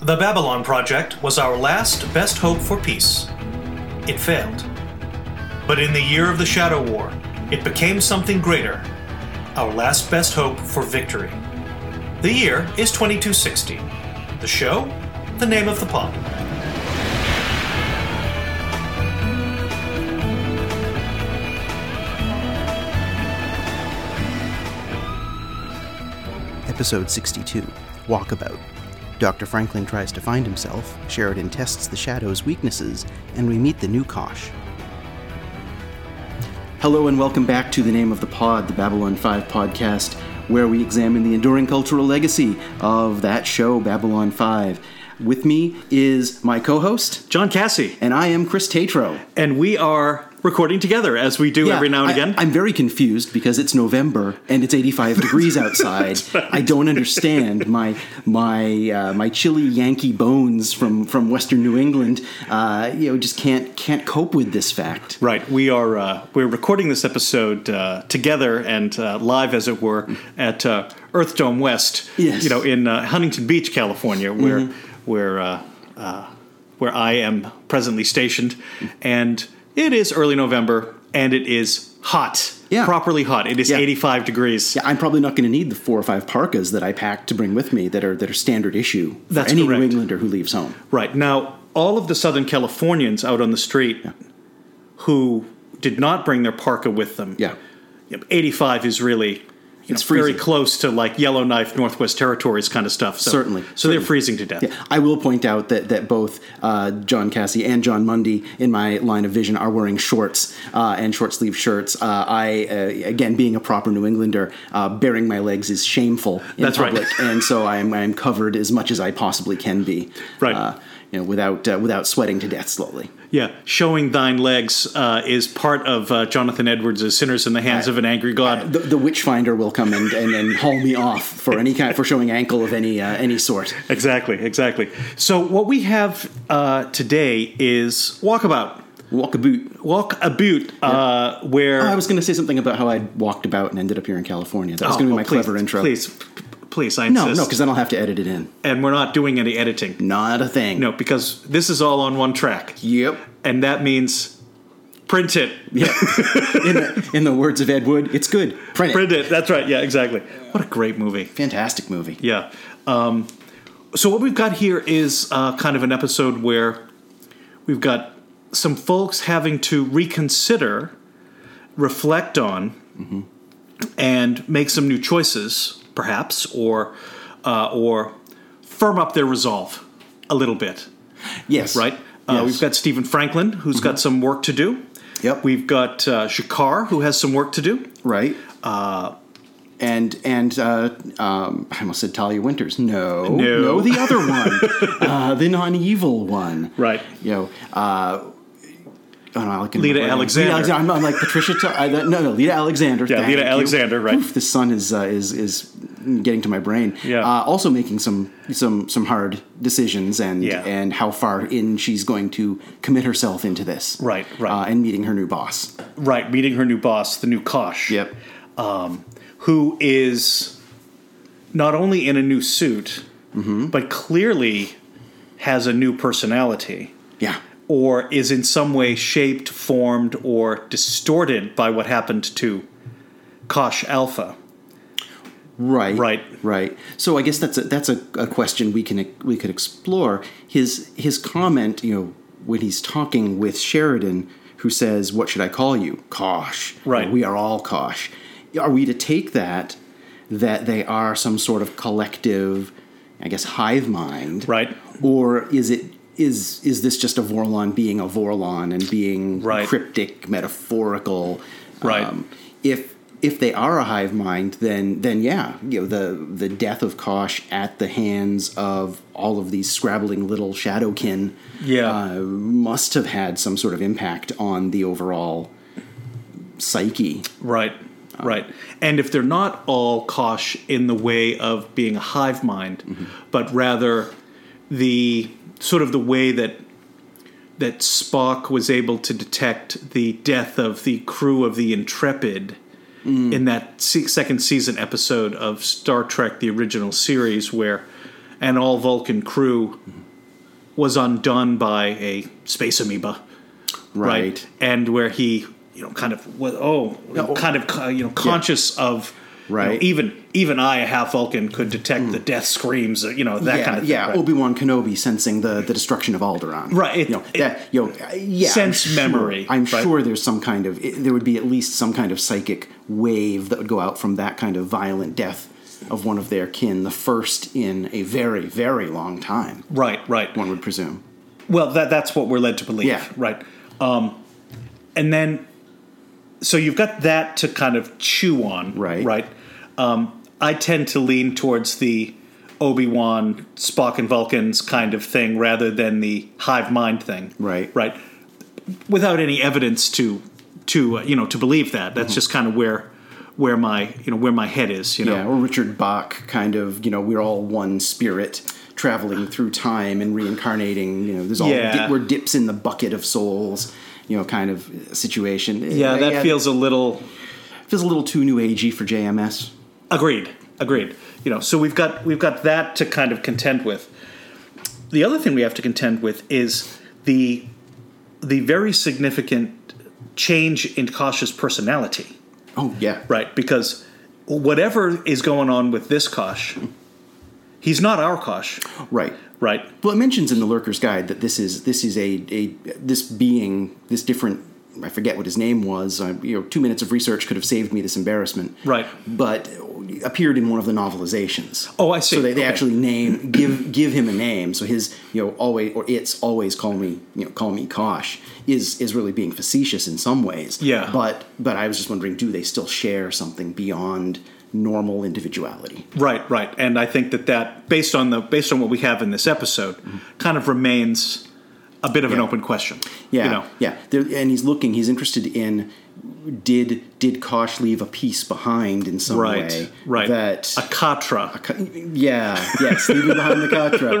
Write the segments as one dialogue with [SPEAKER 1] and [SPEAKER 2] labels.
[SPEAKER 1] The Babylon Project was our last best hope for peace. It failed. But in the year of the Shadow War, it became something greater our last best hope for victory. The year is 2260. The show, the name of the pod.
[SPEAKER 2] Episode 62 Walkabout. Dr. Franklin tries to find himself, Sheridan tests the Shadow's weaknesses, and we meet the new Kosh. Hello, and welcome back to The Name of the Pod, the Babylon 5 podcast, where we examine the enduring cultural legacy of that show, Babylon 5. With me is my co host,
[SPEAKER 3] John Cassie,
[SPEAKER 2] and I am Chris Tatro.
[SPEAKER 3] and we are recording together as we do every now and
[SPEAKER 2] I-
[SPEAKER 3] again.
[SPEAKER 2] I'm very confused because it's November and it's 85 degrees outside. I don't understand my my uh, my chilly Yankee bones from from Western New England. Uh, you know, just can't can't cope with this fact.
[SPEAKER 3] right, we are uh, we're recording this episode uh, together and uh, live, as it were, at uh, Earth Dome West.
[SPEAKER 2] Yes. Mm-hmm.
[SPEAKER 3] you know, in uh, Huntington Beach, California, where where uh, uh, where I am presently stationed, and it is early November and it is hot.
[SPEAKER 2] Yeah.
[SPEAKER 3] properly hot. It is
[SPEAKER 2] Yeah.
[SPEAKER 3] 85 degrees.
[SPEAKER 2] Yeah, I'm probably not going to need the four or five parkas that I packed to bring with me that are that are standard issue for
[SPEAKER 3] That's
[SPEAKER 2] any
[SPEAKER 3] correct.
[SPEAKER 2] New Englander who leaves home.
[SPEAKER 3] Right. Now, all of the Southern Californians out on the street who did not bring their parka with them.
[SPEAKER 2] Yeah.
[SPEAKER 3] Yep, 85 is really you
[SPEAKER 2] It's
[SPEAKER 3] know, very
[SPEAKER 2] freezing.
[SPEAKER 3] close to like Yellowknife, Northwest Territories kind of stuff. So,
[SPEAKER 2] Certainly,
[SPEAKER 3] So they're freezing to death.
[SPEAKER 2] Yeah, I will point out that that both uh, John Cassie and John Mundy in my line of vision are wearing shorts uh, and short sleeve shirts. Uh, I uh, again, being a proper New Englander, uh, baring my legs is shameful. In
[SPEAKER 3] That's right.
[SPEAKER 2] public, and so I'm I'm covered as much as I possibly can be.
[SPEAKER 3] Right.
[SPEAKER 2] Uh, you know, without uh, without sweating to death slowly.
[SPEAKER 3] Yeah, Showing thine legs uh, is part of uh, Jonathan Edwards' Sinners in the Hands of an Angry God.
[SPEAKER 2] Uh, The, the witch finder will come and, and, and haul me off for any kind for showing ankle of any uh, any sort.
[SPEAKER 3] Exactly, exactly. So what we have uh, today is Walkabout.
[SPEAKER 2] Walk a boot.
[SPEAKER 3] Walk a boot, uh, where
[SPEAKER 2] Oh, I was going to say something about how I walked about and ended up here in California. That was
[SPEAKER 3] Oh,
[SPEAKER 2] going to be
[SPEAKER 3] oh,
[SPEAKER 2] my
[SPEAKER 3] please,
[SPEAKER 2] clever intro.
[SPEAKER 3] Please, p- please, I
[SPEAKER 2] No,
[SPEAKER 3] insist.
[SPEAKER 2] no, because then I'll have to edit it in.
[SPEAKER 3] and we're not doing any editing.
[SPEAKER 2] Not a thing.
[SPEAKER 3] No, because this is all on one track,
[SPEAKER 2] Yep.
[SPEAKER 3] and that means print it,
[SPEAKER 2] In the, in the words of Ed Wood, it's good. Print it.
[SPEAKER 3] print it. That's right. Yeah, exactly. What a great movie.
[SPEAKER 2] Fantastic movie.
[SPEAKER 3] Yeah. Um, so what we've got here is uh, kind of an episode where we've got some folks having to reconsider, reflect on, and make some new choices, perhaps, or uh, or firm up their resolve a little bit.
[SPEAKER 2] Yes.
[SPEAKER 3] Right. Uh,
[SPEAKER 2] Yes.
[SPEAKER 3] We've got Stephen Franklin, who's got some work to do.
[SPEAKER 2] Yep.
[SPEAKER 3] We've got uh, Shakar, who has some work to do.
[SPEAKER 2] Right. Uh, and and uh, um, I almost said Talia Winters. No.
[SPEAKER 3] No.
[SPEAKER 2] the other one. uh, the non evil one.
[SPEAKER 3] Right.
[SPEAKER 2] You know, uh, Oh, no, I can
[SPEAKER 3] Lita
[SPEAKER 2] Lita
[SPEAKER 3] Alexander.
[SPEAKER 2] I'm, I'm like Patricia. Ta- I, no, no, Lita Alexander.
[SPEAKER 3] Yeah,
[SPEAKER 2] thank
[SPEAKER 3] Lita
[SPEAKER 2] you.
[SPEAKER 3] Alexander, right.
[SPEAKER 2] Oof, the sun is uh, is is getting to my brain.
[SPEAKER 3] Yeah.
[SPEAKER 2] Uh, also making some some some hard decisions and
[SPEAKER 3] Yeah.
[SPEAKER 2] and how far in she's going to commit herself into this.
[SPEAKER 3] Right, right.
[SPEAKER 2] Uh, and meeting her new boss.
[SPEAKER 3] Right. Meeting her new boss, the new Kosh.
[SPEAKER 2] Yep.
[SPEAKER 3] um, who is not only in a new suit, but clearly has a new personality
[SPEAKER 2] Yeah.
[SPEAKER 3] or is in some way shaped, formed, or distorted by what happened to Kosh Alpha.
[SPEAKER 2] Right.
[SPEAKER 3] Right.
[SPEAKER 2] Right. So I guess that's a, that's a, a question we can we could explore. His his comment, you know, when he's talking with Sheridan, who says, "What should I call you?" Kosh.
[SPEAKER 3] Right.
[SPEAKER 2] We are all Kosh. Are we to take that that they are some sort of collective, I guess, hive mind?
[SPEAKER 3] Right.
[SPEAKER 2] Or is it? Is is this just a Vorlon being a Vorlon and being
[SPEAKER 3] Right.
[SPEAKER 2] cryptic, metaphorical?
[SPEAKER 3] Right.
[SPEAKER 2] Um, if if they are a hive mind, then then yeah, you know the the death of Kosh at the hands of all of these scrabbling little shadowkin,
[SPEAKER 3] Yeah.
[SPEAKER 2] uh, must have had some sort of impact on the overall psyche.
[SPEAKER 3] Right. Right. And if they're not all Kosh in the way of being a hive mind, but rather the sort of the way that that Spock was able to detect the death of the crew of the Intrepid in that se- second season episode of Star Trek the original series where an all Vulcan crew was undone by a space amoeba, right?
[SPEAKER 2] Right.
[SPEAKER 3] And where he, you know, kind of was oh, kind of uh, you know conscious of. you know,
[SPEAKER 2] Right. Mm.
[SPEAKER 3] even even I, a half Vulcan, could detect the death screams. uh, You know that
[SPEAKER 2] yeah,
[SPEAKER 3] kind of thing,
[SPEAKER 2] yeah. Oh,
[SPEAKER 3] right?
[SPEAKER 2] Obi Wan Kenobi sensing the, the destruction of Alderaan.
[SPEAKER 3] Right, it-
[SPEAKER 2] you know,
[SPEAKER 3] it-
[SPEAKER 2] that, you know, uh, yeah. I'm
[SPEAKER 3] Sense
[SPEAKER 2] sure-
[SPEAKER 3] memory,
[SPEAKER 2] I'm
[SPEAKER 3] right?
[SPEAKER 2] sure there's some kind of it, there would be at least some kind of psychic wave that would go out from that kind of violent death of one of their kin, the first in a very very long time.
[SPEAKER 3] right, right.
[SPEAKER 2] One would presume.
[SPEAKER 3] Well, that that's what we're led to believe,
[SPEAKER 2] Yeah.
[SPEAKER 3] right? Um, and then, so you've got that to kind of chew on,
[SPEAKER 2] Right.
[SPEAKER 3] Right. Um, I tend to lean towards the Obi Wan, Spock, and Vulcans kind of thing rather than the hive mind thing,
[SPEAKER 2] Right.
[SPEAKER 3] Right. Without any evidence to to uh, you know to believe that.
[SPEAKER 2] Mm-hmm.
[SPEAKER 3] That's just kind of where where my you know where my head is, you know.
[SPEAKER 2] Yeah, or Richard Bach, kind of, you know, we're all one spirit traveling through time and reincarnating. You know, there's all
[SPEAKER 3] Yeah.
[SPEAKER 2] dip, we're dips in the bucket of souls. You know, kind of uh, situation.
[SPEAKER 3] Yeah, that feels a little
[SPEAKER 2] feels a little too new agey for JMS.
[SPEAKER 3] Agreed. Agreed. You know, so we've got we've got that to kind of contend with. The other thing we have to contend with is the the very significant change in Kasha's personality,
[SPEAKER 2] Oh yeah,
[SPEAKER 3] right? Because whatever is going on with this Kosh, he's not our Kosh,
[SPEAKER 2] right.
[SPEAKER 3] right?
[SPEAKER 2] Well, it mentions in the Lurker's Guide that this is this is a, a this being this different. I forget what his name was. I, you know, two minutes of research could have saved me this embarrassment.
[SPEAKER 3] Right.
[SPEAKER 2] but appeared in one of the novelizations.
[SPEAKER 3] Oh, I see.
[SPEAKER 2] So they, they
[SPEAKER 3] Okay.
[SPEAKER 2] actually name give give him a name. So his you know always or it's always call me you know call me Kosh is is really being facetious in some ways.
[SPEAKER 3] Yeah.
[SPEAKER 2] But but I was just wondering, do they still share something beyond normal individuality?
[SPEAKER 3] Right, right. And I think that that based on the based on what we have in this episode kind of remains a bit of an
[SPEAKER 2] Mm-hmm. Yeah.
[SPEAKER 3] open question.
[SPEAKER 2] Yeah,
[SPEAKER 3] You know.
[SPEAKER 2] yeah. There, and he's looking. He's interested in did did Kosh leave a piece behind in some
[SPEAKER 3] Right.
[SPEAKER 2] way?
[SPEAKER 3] Right.
[SPEAKER 2] That
[SPEAKER 3] a Katra.
[SPEAKER 2] yeah, yes, leaving behind the Katra.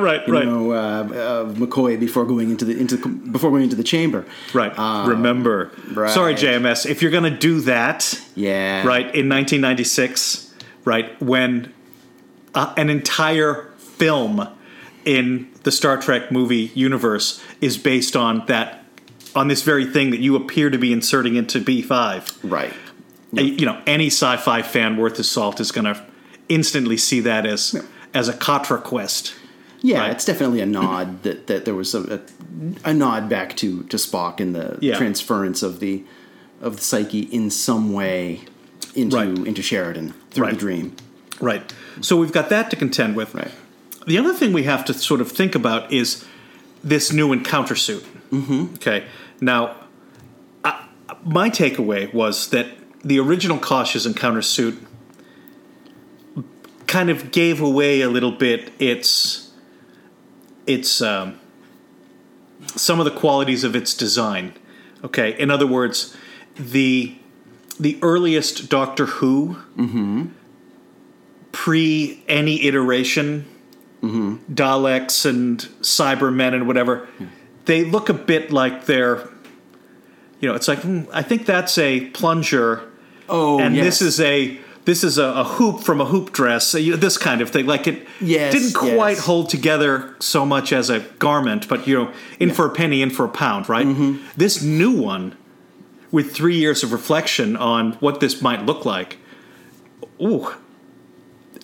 [SPEAKER 3] Right,
[SPEAKER 2] you
[SPEAKER 3] right.
[SPEAKER 2] Know, uh, uh, McCoy before going into the into before going into the chamber.
[SPEAKER 3] Right.
[SPEAKER 2] Uh,
[SPEAKER 3] Remember.
[SPEAKER 2] right.
[SPEAKER 3] Sorry, JMS. If you're going to do that,
[SPEAKER 2] yeah.
[SPEAKER 3] right, in 1996, right, when uh, an entire film in the Star Trek movie universe is based on that, on this very thing that you appear to be inserting into B5,
[SPEAKER 2] Right.
[SPEAKER 3] uh, you know, any sci fi fan worth his salt is going to instantly see that as. As a Katra quest,
[SPEAKER 2] Yeah,
[SPEAKER 3] Right.
[SPEAKER 2] it's definitely a nod that, that there was a, a, a nod back to, to Spock and the
[SPEAKER 3] Yeah.
[SPEAKER 2] transference of the of the psyche in some way into
[SPEAKER 3] Right.
[SPEAKER 2] into Sheridan through
[SPEAKER 3] Right.
[SPEAKER 2] the dream.
[SPEAKER 3] right? So we've got that to contend with.
[SPEAKER 2] Right.
[SPEAKER 3] The other thing we have to sort of think about is this new encounter suit. Mm-hmm. Okay. Now, I, my takeaway was that the original Cautious encounter suit kind of gave away a little bit its its um, some of the qualities of its design. Okay. In other words, the the earliest Doctor Who pre any iteration Daleks and Cybermen and whatever, they look a bit like they're, you know, it's like hmm, I think that's a plunger,
[SPEAKER 2] Oh,
[SPEAKER 3] and
[SPEAKER 2] yes.
[SPEAKER 3] this is a this is a, a hoop from a hoop dress, so you- this kind of thing. Like it
[SPEAKER 2] Yes,
[SPEAKER 3] didn't quite
[SPEAKER 2] yes.
[SPEAKER 3] hold together so much as a garment, but you know, in for a penny, in for a pound, right?
[SPEAKER 2] Mm-hmm.
[SPEAKER 3] This new one, with three years of reflection on what this might look like, ooh,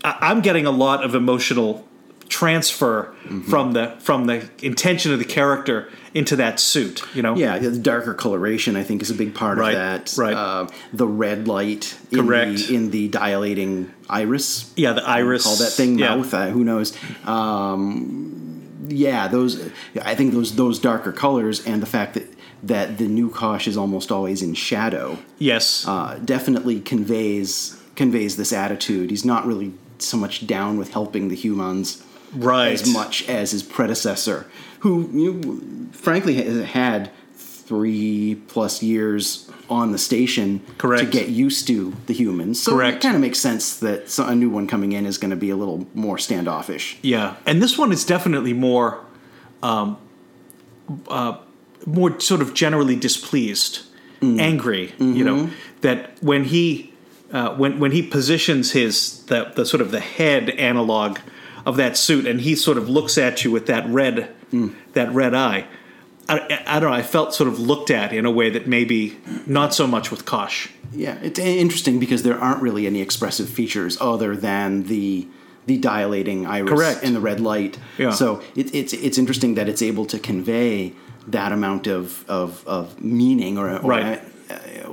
[SPEAKER 3] I- I'm getting a lot of emotional transfer
[SPEAKER 2] Mm-hmm.
[SPEAKER 3] from the from the intention of the character into that suit. You know,
[SPEAKER 2] Yeah, the darker coloration I think is a big part
[SPEAKER 3] Right,
[SPEAKER 2] of that.
[SPEAKER 3] right.
[SPEAKER 2] Uh, the red light
[SPEAKER 3] Correct.
[SPEAKER 2] in the, in the dilating iris.
[SPEAKER 3] yeah, the iris,
[SPEAKER 2] All that thing
[SPEAKER 3] yeah.
[SPEAKER 2] mouth. Uh, who knows? Um, yeah, those. I think those those darker colors and the fact that that the new Kosh is almost always in shadow
[SPEAKER 3] Yes,
[SPEAKER 2] uh, definitely conveys conveys this attitude. He's not really so much down with helping the humans
[SPEAKER 3] right.
[SPEAKER 2] as much as his predecessor, who you know, frankly has had three plus years on the station
[SPEAKER 3] Correct.
[SPEAKER 2] to get used to the humans. So
[SPEAKER 3] Correct.
[SPEAKER 2] it kind of makes sense that so- a new one coming in is going to be a little more standoffish.
[SPEAKER 3] Yeah, and this one is definitely more, um, uh, more sort of generally displeased,
[SPEAKER 2] Mm-hmm.
[SPEAKER 3] angry. You know that when he uh, when when he positions his the the sort of the head analog of that suit, and he sort of looks at you with that red
[SPEAKER 2] Mm.
[SPEAKER 3] that red eye. I, I don't know. I felt sort of looked at in a way that maybe not so much with Kosh.
[SPEAKER 2] Yeah, it's i- interesting because there aren't really any expressive features other than the the dilating iris
[SPEAKER 3] Correct.
[SPEAKER 2] and the red light.
[SPEAKER 3] Yeah.
[SPEAKER 2] So it, it's it's interesting that it's able to convey that amount of of, of meaning or, or
[SPEAKER 3] Right.
[SPEAKER 2] uh,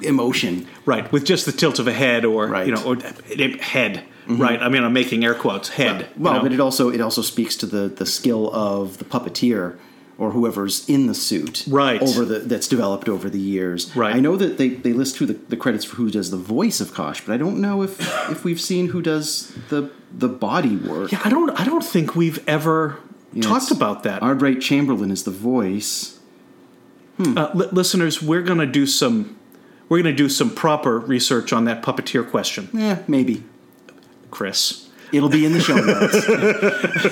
[SPEAKER 2] emotion.
[SPEAKER 3] Right, with just the tilt of a head, or
[SPEAKER 2] Right. Mm-hmm.
[SPEAKER 3] you know, or eh, head. Right. I mean, I'm making air quotes. Head. you
[SPEAKER 2] Well,
[SPEAKER 3] know.
[SPEAKER 2] but it also it also speaks to the the skill of the puppeteer or whoever's in the suit,
[SPEAKER 3] Right.
[SPEAKER 2] Over the that's developed over the years,
[SPEAKER 3] Right.
[SPEAKER 2] I know that they, they list who the, the credits for who does the voice of Kosh, but I don't know if if we've seen who does the the body work.
[SPEAKER 3] yeah, I don't. I don't think we've ever talked
[SPEAKER 2] it's-
[SPEAKER 3] about that.
[SPEAKER 2] Ardbright Chamberlain is the voice.
[SPEAKER 3] Uh, li- listeners, we're gonna do some. We're gonna do some proper research on that puppeteer question,
[SPEAKER 2] Yeah, Eh, maybe
[SPEAKER 3] Chris.
[SPEAKER 2] it'll be in the show notes. um,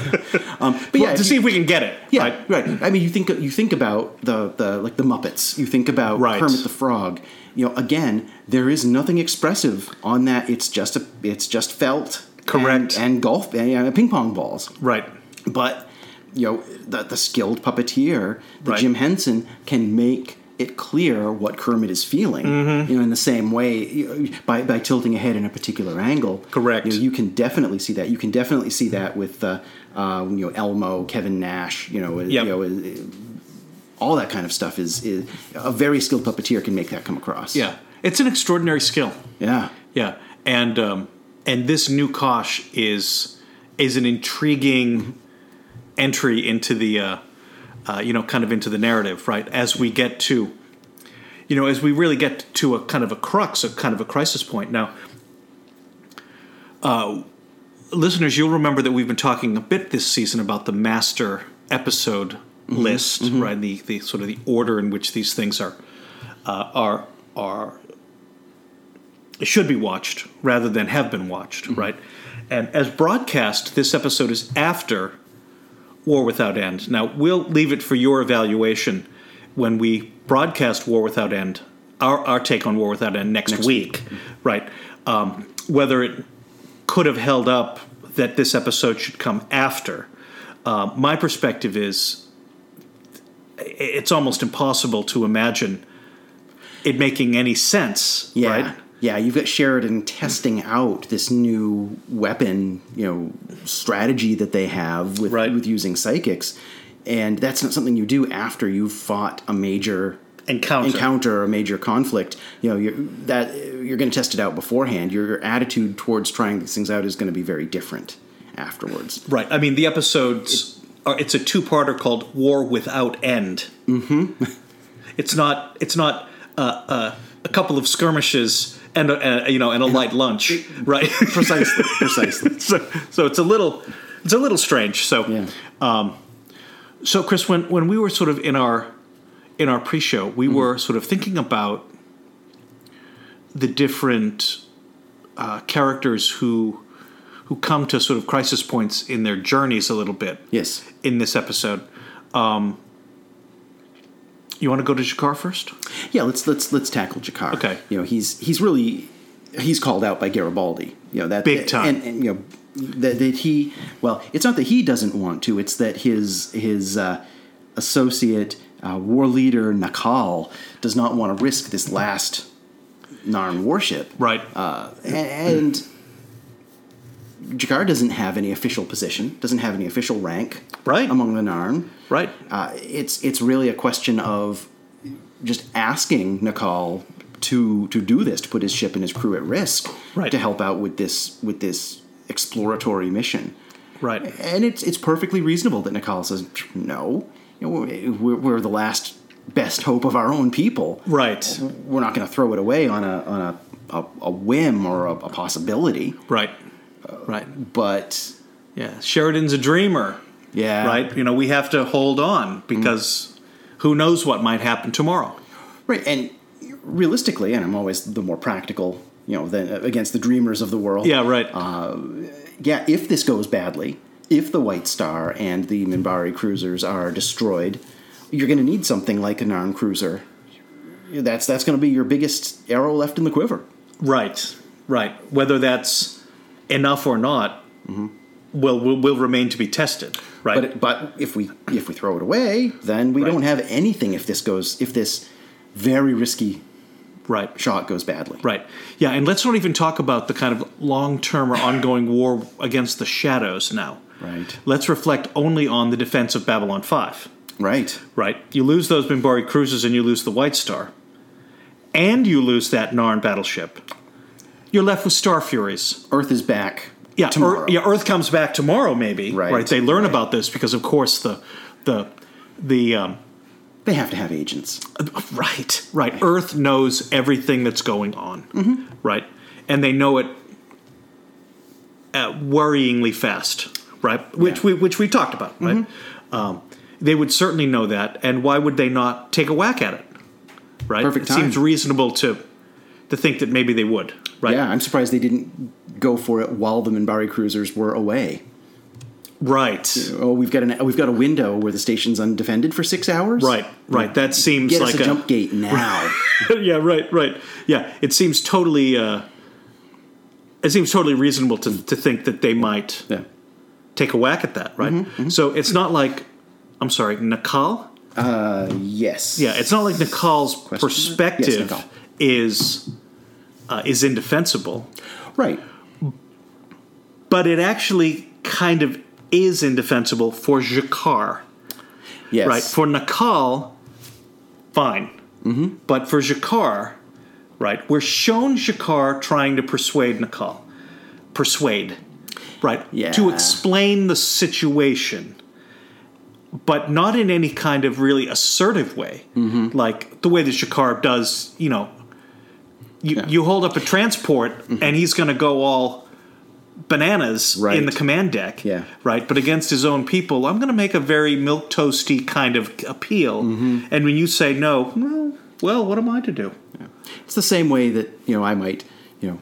[SPEAKER 2] but
[SPEAKER 3] Well,
[SPEAKER 2] yeah,
[SPEAKER 3] to see if we can get it.
[SPEAKER 2] Yeah,
[SPEAKER 3] right?
[SPEAKER 2] right. I mean, you think you think about the the like the Muppets. You think about
[SPEAKER 3] Right.
[SPEAKER 2] Kermit the Frog. You know, again, there is nothing expressive on that. It's just a it's just felt,
[SPEAKER 3] Correct.
[SPEAKER 2] and, and golf and, uh, ping pong balls.
[SPEAKER 3] Right.
[SPEAKER 2] But you know, the, the skilled puppeteer, the
[SPEAKER 3] Right.
[SPEAKER 2] Jim Henson, can make it clear what Kermit is feeling.
[SPEAKER 3] Mm-hmm.
[SPEAKER 2] You know, in the same way you know, by by tilting a head in a particular angle.
[SPEAKER 3] Correct.
[SPEAKER 2] You, know, you can definitely see that. You can definitely see that with uh, uh, you know Elmo, Kevin Nash. You know,
[SPEAKER 3] Yep.
[SPEAKER 2] you know. uh, All that kind of stuff is, is a very skilled puppeteer can make that come across.
[SPEAKER 3] Yeah. It's an extraordinary skill.
[SPEAKER 2] yeah,
[SPEAKER 3] Yeah, and um, and this new Kosh is is an intriguing entry into the uh, uh, you know kind of into the narrative, right? As we get to you know as we really get to a kind of a crux, a kind of a crisis point. Now, uh, listeners, you'll remember that we've been talking a bit this season about the master episode list, right? The the sort of the order in which these things are uh, are are should be watched rather than have been watched, right? And as broadcast, this episode is after War Without End. Now, we'll leave it for your evaluation when we broadcast War Without End, our, our take on War Without End next, week, mm-hmm. right? Um, whether it could have held up that this episode should come after. Uh, my perspective is i- it's almost impossible to imagine it making any sense,
[SPEAKER 2] yeah,
[SPEAKER 3] right?
[SPEAKER 2] yeah. You've got Sheridan testing out this new weapon, you know, strategy that they have with
[SPEAKER 3] Right.
[SPEAKER 2] with using psychics, and that's not something you do after you've fought a major
[SPEAKER 3] encounter.
[SPEAKER 2] encounter a major conflict, you know, you're, that you're going to test it out beforehand. Your, your attitude towards trying these things out is going to be very different afterwards.
[SPEAKER 3] Right. I mean, the episodes are. It's a two-parter called "War Without End." Mm-hmm. it's not. It's not uh, uh, a couple of skirmishes and a, a, you know and a light lunch, right?
[SPEAKER 2] Precisely, precisely.
[SPEAKER 3] so, so it's a little. It's a little strange. So,
[SPEAKER 2] Yeah.
[SPEAKER 3] so Chris, when when we were sort of in our in our pre-show, we were sort of thinking about the different uh, characters who who come to sort of crisis points in their journeys a little bit.
[SPEAKER 2] Yes.
[SPEAKER 3] in this episode. Um, you want to go to Jakar first?
[SPEAKER 2] Yeah, let's let's let's tackle Jakar.
[SPEAKER 3] Okay.
[SPEAKER 2] You know, he's he's really he's called out by Garibaldi. You know that
[SPEAKER 3] Big time.
[SPEAKER 2] and, and you know that, that he well, it's not that he doesn't want to. It's that his his uh, associate uh, war leader Nakal does not want to risk this last Narn warship.
[SPEAKER 3] Right.
[SPEAKER 2] Uh, a- and Jakar doesn't have any official position, doesn't have any official rank
[SPEAKER 3] Right.
[SPEAKER 2] among the Narn.
[SPEAKER 3] right.
[SPEAKER 2] Uh, it's it's really a question of just asking Nikal to to do this, to put his ship and his crew at risk,
[SPEAKER 3] Right.
[SPEAKER 2] to help out with this with this exploratory mission.
[SPEAKER 3] Right.
[SPEAKER 2] And it's it's perfectly reasonable that Nikal says no. You know, we're, we're the last best hope of our own people.
[SPEAKER 3] Right.
[SPEAKER 2] We're not going to throw it away on a on a, a, a whim or a, a possibility.
[SPEAKER 3] Right. Right.
[SPEAKER 2] But
[SPEAKER 3] Yeah. Sheridan's a dreamer.
[SPEAKER 2] yeah, Mm.
[SPEAKER 3] Right. You know, we have to hold on because who knows what might happen tomorrow.
[SPEAKER 2] Right, and realistically, and I'm always the more practical, you know, than against the dreamers of the world.
[SPEAKER 3] Yeah. Right.
[SPEAKER 2] Uh-huh. yeah. If this goes badly, if the White Star and the Minbari cruisers are destroyed, you're going to need something like an armed cruiser. That's that's going to be your biggest arrow left in the quiver.
[SPEAKER 3] right. Right. Whether that's enough or not well will, will remain to be tested, right?
[SPEAKER 2] Mm-hmm. But but if we if we throw it away, then we
[SPEAKER 3] Right.
[SPEAKER 2] don't have anything. If this goes, if this very risky
[SPEAKER 3] right.
[SPEAKER 2] shot goes badly,
[SPEAKER 3] Right. Yeah, and let's not even talk about the kind of long term or ongoing war against the shadows now.
[SPEAKER 2] Right.
[SPEAKER 3] Let's reflect only on the defense of Babylon 5.
[SPEAKER 2] right,
[SPEAKER 3] Right. You lose those Mimbari cruisers and you lose the White Star. And you lose that Narn battleship. You're left with Star Furies.
[SPEAKER 2] Earth is back.
[SPEAKER 3] Yeah, Ear-
[SPEAKER 2] tomorrow.
[SPEAKER 3] yeah, Earth comes back tomorrow, maybe.
[SPEAKER 2] Right.
[SPEAKER 3] They learn about this because, of course, the the the um,
[SPEAKER 2] They have to have agents.
[SPEAKER 3] Right, right. Earth knows everything that's going on,
[SPEAKER 2] Mm-hmm.
[SPEAKER 3] right? And they know it uh, worryingly fast, right? Which
[SPEAKER 2] Yeah. Mm-hmm.
[SPEAKER 3] we which we talked about, right? Um, they would certainly know that, and why would they not take a whack at it, right?
[SPEAKER 2] Perfect
[SPEAKER 3] it
[SPEAKER 2] time.
[SPEAKER 3] seems reasonable to to think that maybe they would, right?
[SPEAKER 2] Yeah, I'm surprised they didn't go for it while the Minbari cruisers were away.
[SPEAKER 3] Right,
[SPEAKER 2] Oh, we've got an we've got a window where the station's undefended for six hours.
[SPEAKER 3] right, right. That seems
[SPEAKER 2] Get
[SPEAKER 3] like
[SPEAKER 2] us a, jump gate now.
[SPEAKER 3] yeah, right, right. Yeah, it seems totally. Uh, it seems totally reasonable to, to think that they might
[SPEAKER 2] yeah.
[SPEAKER 3] take a whack at that, right?
[SPEAKER 2] Mm-hmm,
[SPEAKER 3] So it's not like, I'm sorry, Nakal.
[SPEAKER 2] Yes.
[SPEAKER 3] Yeah, it's not like Nakal's perspective
[SPEAKER 2] Yes, Nakal.
[SPEAKER 3] is uh, is indefensible,
[SPEAKER 2] right.
[SPEAKER 3] but it actually kind of is indefensible for Jakar,
[SPEAKER 2] Yes. Mm-hmm.
[SPEAKER 3] right? For Nakal, fine, but for Jakar, right? We're shown Jakar trying to persuade Nakal, persuade, right? To
[SPEAKER 2] Yeah.
[SPEAKER 3] explain the situation. but not in any kind of really assertive way,
[SPEAKER 2] Mm-hmm.
[SPEAKER 3] like the way that Shakar does. You know, you, you hold up a transport,
[SPEAKER 2] Mm-hmm.
[SPEAKER 3] and he's going to go all bananas
[SPEAKER 2] Right.
[SPEAKER 3] in the command deck,
[SPEAKER 2] Yeah.
[SPEAKER 3] right? But against his own people, I'm going to make a very milk toasty kind of appeal.
[SPEAKER 2] Mm-hmm.
[SPEAKER 3] And when you say no, well, well, what am I to do?
[SPEAKER 2] It's the same way that you know I might you know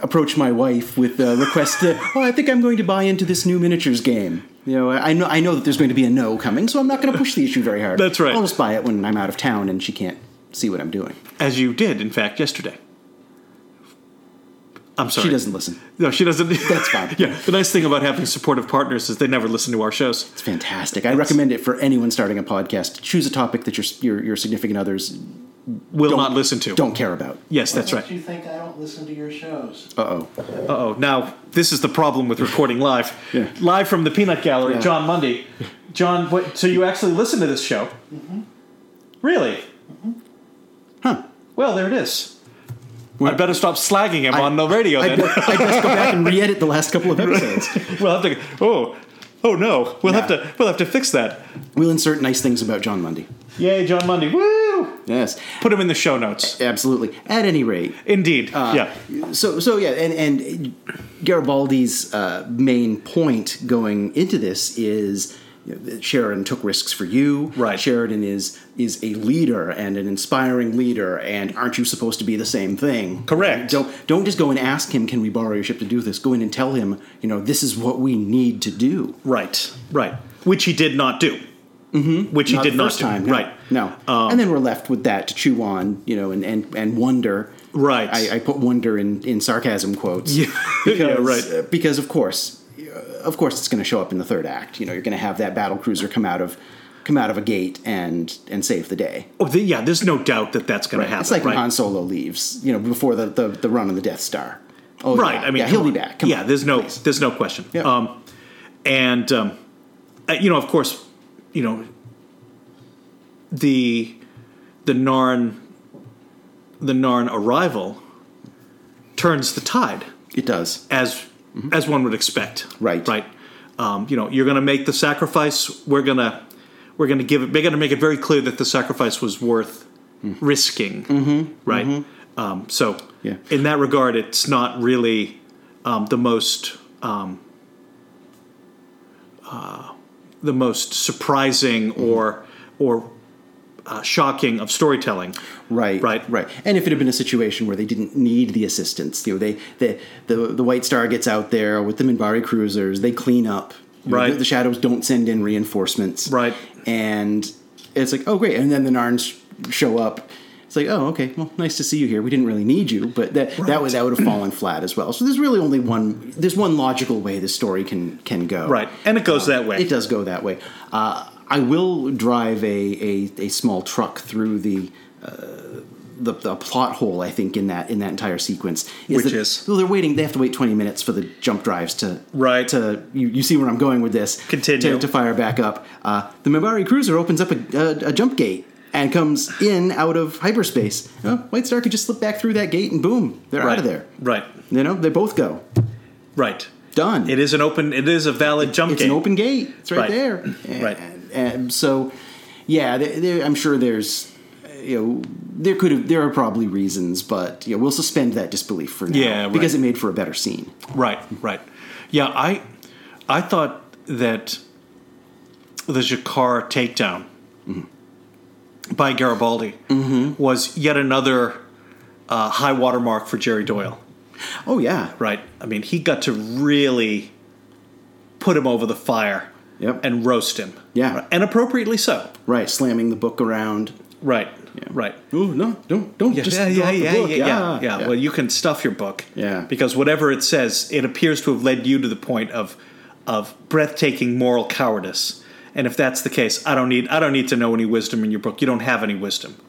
[SPEAKER 2] approach my wife with a request that oh I think I'm going to buy into this new miniatures game. You know I I know I know that there's going to be a no coming, so I'm not going to push the issue very hard.
[SPEAKER 3] That's right.
[SPEAKER 2] I'll just buy it when I'm out of town and she can't see what I'm doing.
[SPEAKER 3] As you did, in fact, yesterday. I'm sorry.
[SPEAKER 2] She doesn't listen.
[SPEAKER 3] No, she doesn't.
[SPEAKER 2] That's fine.
[SPEAKER 3] yeah. The nice thing about having supportive partners is they never listen to our shows.
[SPEAKER 2] It's fantastic. I recommend it for anyone starting a podcast. Choose a topic that your your, your significant others
[SPEAKER 3] Will
[SPEAKER 2] Don't-
[SPEAKER 3] not listen to.
[SPEAKER 2] don't care about.
[SPEAKER 3] Yes, that's right.
[SPEAKER 4] You think I don't listen to your shows?
[SPEAKER 2] Uh oh.
[SPEAKER 3] Uh oh. Now, this is the problem with recording live.
[SPEAKER 2] Yeah.
[SPEAKER 3] Live from the Peanut Gallery,
[SPEAKER 2] Yeah.
[SPEAKER 3] John Mundy. John, what, so you actually listen to this show? Mm-hmm. Really?
[SPEAKER 2] Mm-hmm. Huh.
[SPEAKER 3] Well, there it is.
[SPEAKER 2] Well-
[SPEAKER 3] I'd better stop slagging him on the radio
[SPEAKER 2] I, I
[SPEAKER 3] then.
[SPEAKER 2] just go back and re-edit the last couple of episodes.
[SPEAKER 3] we'll have to. Oh, oh no. We'll have to. We'll have to fix that.
[SPEAKER 2] We'll insert nice things about John Mundy.
[SPEAKER 3] Yay, John Mundy. Woo!
[SPEAKER 2] Yes,
[SPEAKER 3] Put him in the show notes.
[SPEAKER 2] absolutely. At any rate,
[SPEAKER 3] Indeed.
[SPEAKER 2] Ah.
[SPEAKER 3] yeah.
[SPEAKER 2] Uh, so so yeah, and and Garibaldi's uh, main point going into this is you know, that Sheridan took risks for you.
[SPEAKER 3] Right.
[SPEAKER 2] Sheridan is is a leader and an inspiring leader, and aren't you supposed to be the same thing?
[SPEAKER 3] Correct.
[SPEAKER 2] Don't don't just go and ask him, can we borrow your ship to do this? Go in and tell him, you know, this is what we need to do.
[SPEAKER 3] Right. Right. Which he did not do. Mm-hmm. Which he did
[SPEAKER 2] the
[SPEAKER 3] not
[SPEAKER 2] first
[SPEAKER 3] do.
[SPEAKER 2] time, no.
[SPEAKER 3] Right. Um,
[SPEAKER 2] No, and then we're left with that to chew on, you know, and and and wonder.
[SPEAKER 3] Right.
[SPEAKER 2] I, I put wonder in in sarcasm quotes.
[SPEAKER 3] Yeah.
[SPEAKER 2] because,
[SPEAKER 3] Yeah, right.
[SPEAKER 2] uh, Because of course, uh, of course, it's going to show up in the third act. You know, you're going to have that battle cruiser come out of come out of a gate and and save the day.
[SPEAKER 3] Oh, the, yeah, there's no doubt that that's going to happen.
[SPEAKER 2] it's like
[SPEAKER 3] right?
[SPEAKER 2] when Han Solo leaves. You know, before the the, the run on the Death Star. Oh,
[SPEAKER 3] right?
[SPEAKER 2] yeah.
[SPEAKER 3] I mean,
[SPEAKER 2] yeah, he'll
[SPEAKER 3] come
[SPEAKER 2] be
[SPEAKER 3] on.
[SPEAKER 2] back. Come
[SPEAKER 3] yeah,
[SPEAKER 2] on,
[SPEAKER 3] there's no,
[SPEAKER 2] please.
[SPEAKER 3] there's no question.
[SPEAKER 2] Yeah.
[SPEAKER 3] Um, and um, uh, you know, of course, you know, the the Narn the Narn arrival turns the tide
[SPEAKER 2] it does.
[SPEAKER 3] as as one would expect.
[SPEAKER 2] Mm-hmm. Right.
[SPEAKER 3] Right. Um, you know, you're going to make the sacrifice. We're gonna we're gonna give it. They're going to make it very clear that the sacrifice was worth risking. Right. Um, so
[SPEAKER 2] Mm-hmm. Yeah.
[SPEAKER 3] in that regard, it's not really um, the most um, uh, the most surprising
[SPEAKER 2] Mm-hmm.
[SPEAKER 3] or or uh, shocking of storytelling.
[SPEAKER 2] Right,
[SPEAKER 3] Right.
[SPEAKER 2] right. And if it had been a situation where they didn't need the assistance, you know, they the the, the White Star gets out there with the Minbari cruisers, they clean up. You know,
[SPEAKER 3] Right.
[SPEAKER 2] the, the shadows don't send in reinforcements.
[SPEAKER 3] Right.
[SPEAKER 2] and it's like, oh great, and then the Narns sh- show up. It's It's like, oh, okay, well, nice to see you here. We didn't really need you, but that that was out of fallen flat as well. So there's really only one. There's one logical way this story can can go.
[SPEAKER 3] Right, and it goes that way.
[SPEAKER 2] Uh, It does go that way. Uh, I will drive a, a, a small truck through the, uh, the the plot hole. I think in that in that entire sequence,
[SPEAKER 3] Which
[SPEAKER 2] that-
[SPEAKER 3] is?
[SPEAKER 2] well, they're waiting. They have to wait twenty minutes for the jump drives to
[SPEAKER 3] Right.
[SPEAKER 2] to you, you see where I'm going with this.
[SPEAKER 3] Continue.
[SPEAKER 2] to, to fire back up. Uh, the Mibari cruiser opens up a, a, a jump gate. And comes in out of hyperspace. Oh, White Star could just slip back through that gate and boom, they're
[SPEAKER 3] right
[SPEAKER 2] out of there.
[SPEAKER 3] Right,
[SPEAKER 2] You know, they both go.
[SPEAKER 3] right.
[SPEAKER 2] Done.
[SPEAKER 3] It is an open. It is a valid jump
[SPEAKER 2] It's
[SPEAKER 3] game.
[SPEAKER 2] an open gate. It's right,
[SPEAKER 3] Right.
[SPEAKER 2] there.
[SPEAKER 3] Right.
[SPEAKER 2] And, and so, yeah, there, there, I'm sure there's, you know, there could have, there are probably reasons, but you know, we'll suspend that disbelief for now.
[SPEAKER 3] Yeah, right.
[SPEAKER 2] because it made for a better scene.
[SPEAKER 3] Right, right. Yeah, I I thought that the Jakar takedown by Garibaldi was yet another uh, high watermark for Jerry Doyle.
[SPEAKER 2] Oh yeah,
[SPEAKER 3] Right. I mean, he got to really put him over the fire
[SPEAKER 2] Yep.
[SPEAKER 3] and roast him.
[SPEAKER 2] Yeah.
[SPEAKER 3] and appropriately so.
[SPEAKER 2] right. Slamming the book around.
[SPEAKER 3] Right. Right.
[SPEAKER 2] Oh no! Don't don't just
[SPEAKER 3] yeah,
[SPEAKER 2] drop
[SPEAKER 3] yeah,
[SPEAKER 2] the
[SPEAKER 3] yeah,
[SPEAKER 2] book.
[SPEAKER 3] yeah, yeah, yeah, Well, you can stuff your book.
[SPEAKER 2] Yeah.
[SPEAKER 3] Because whatever it says, it appears to have led you to the point of of breathtaking moral cowardice. And if that's the case, I don't need I don't need to know any wisdom in your book. You don't have any wisdom.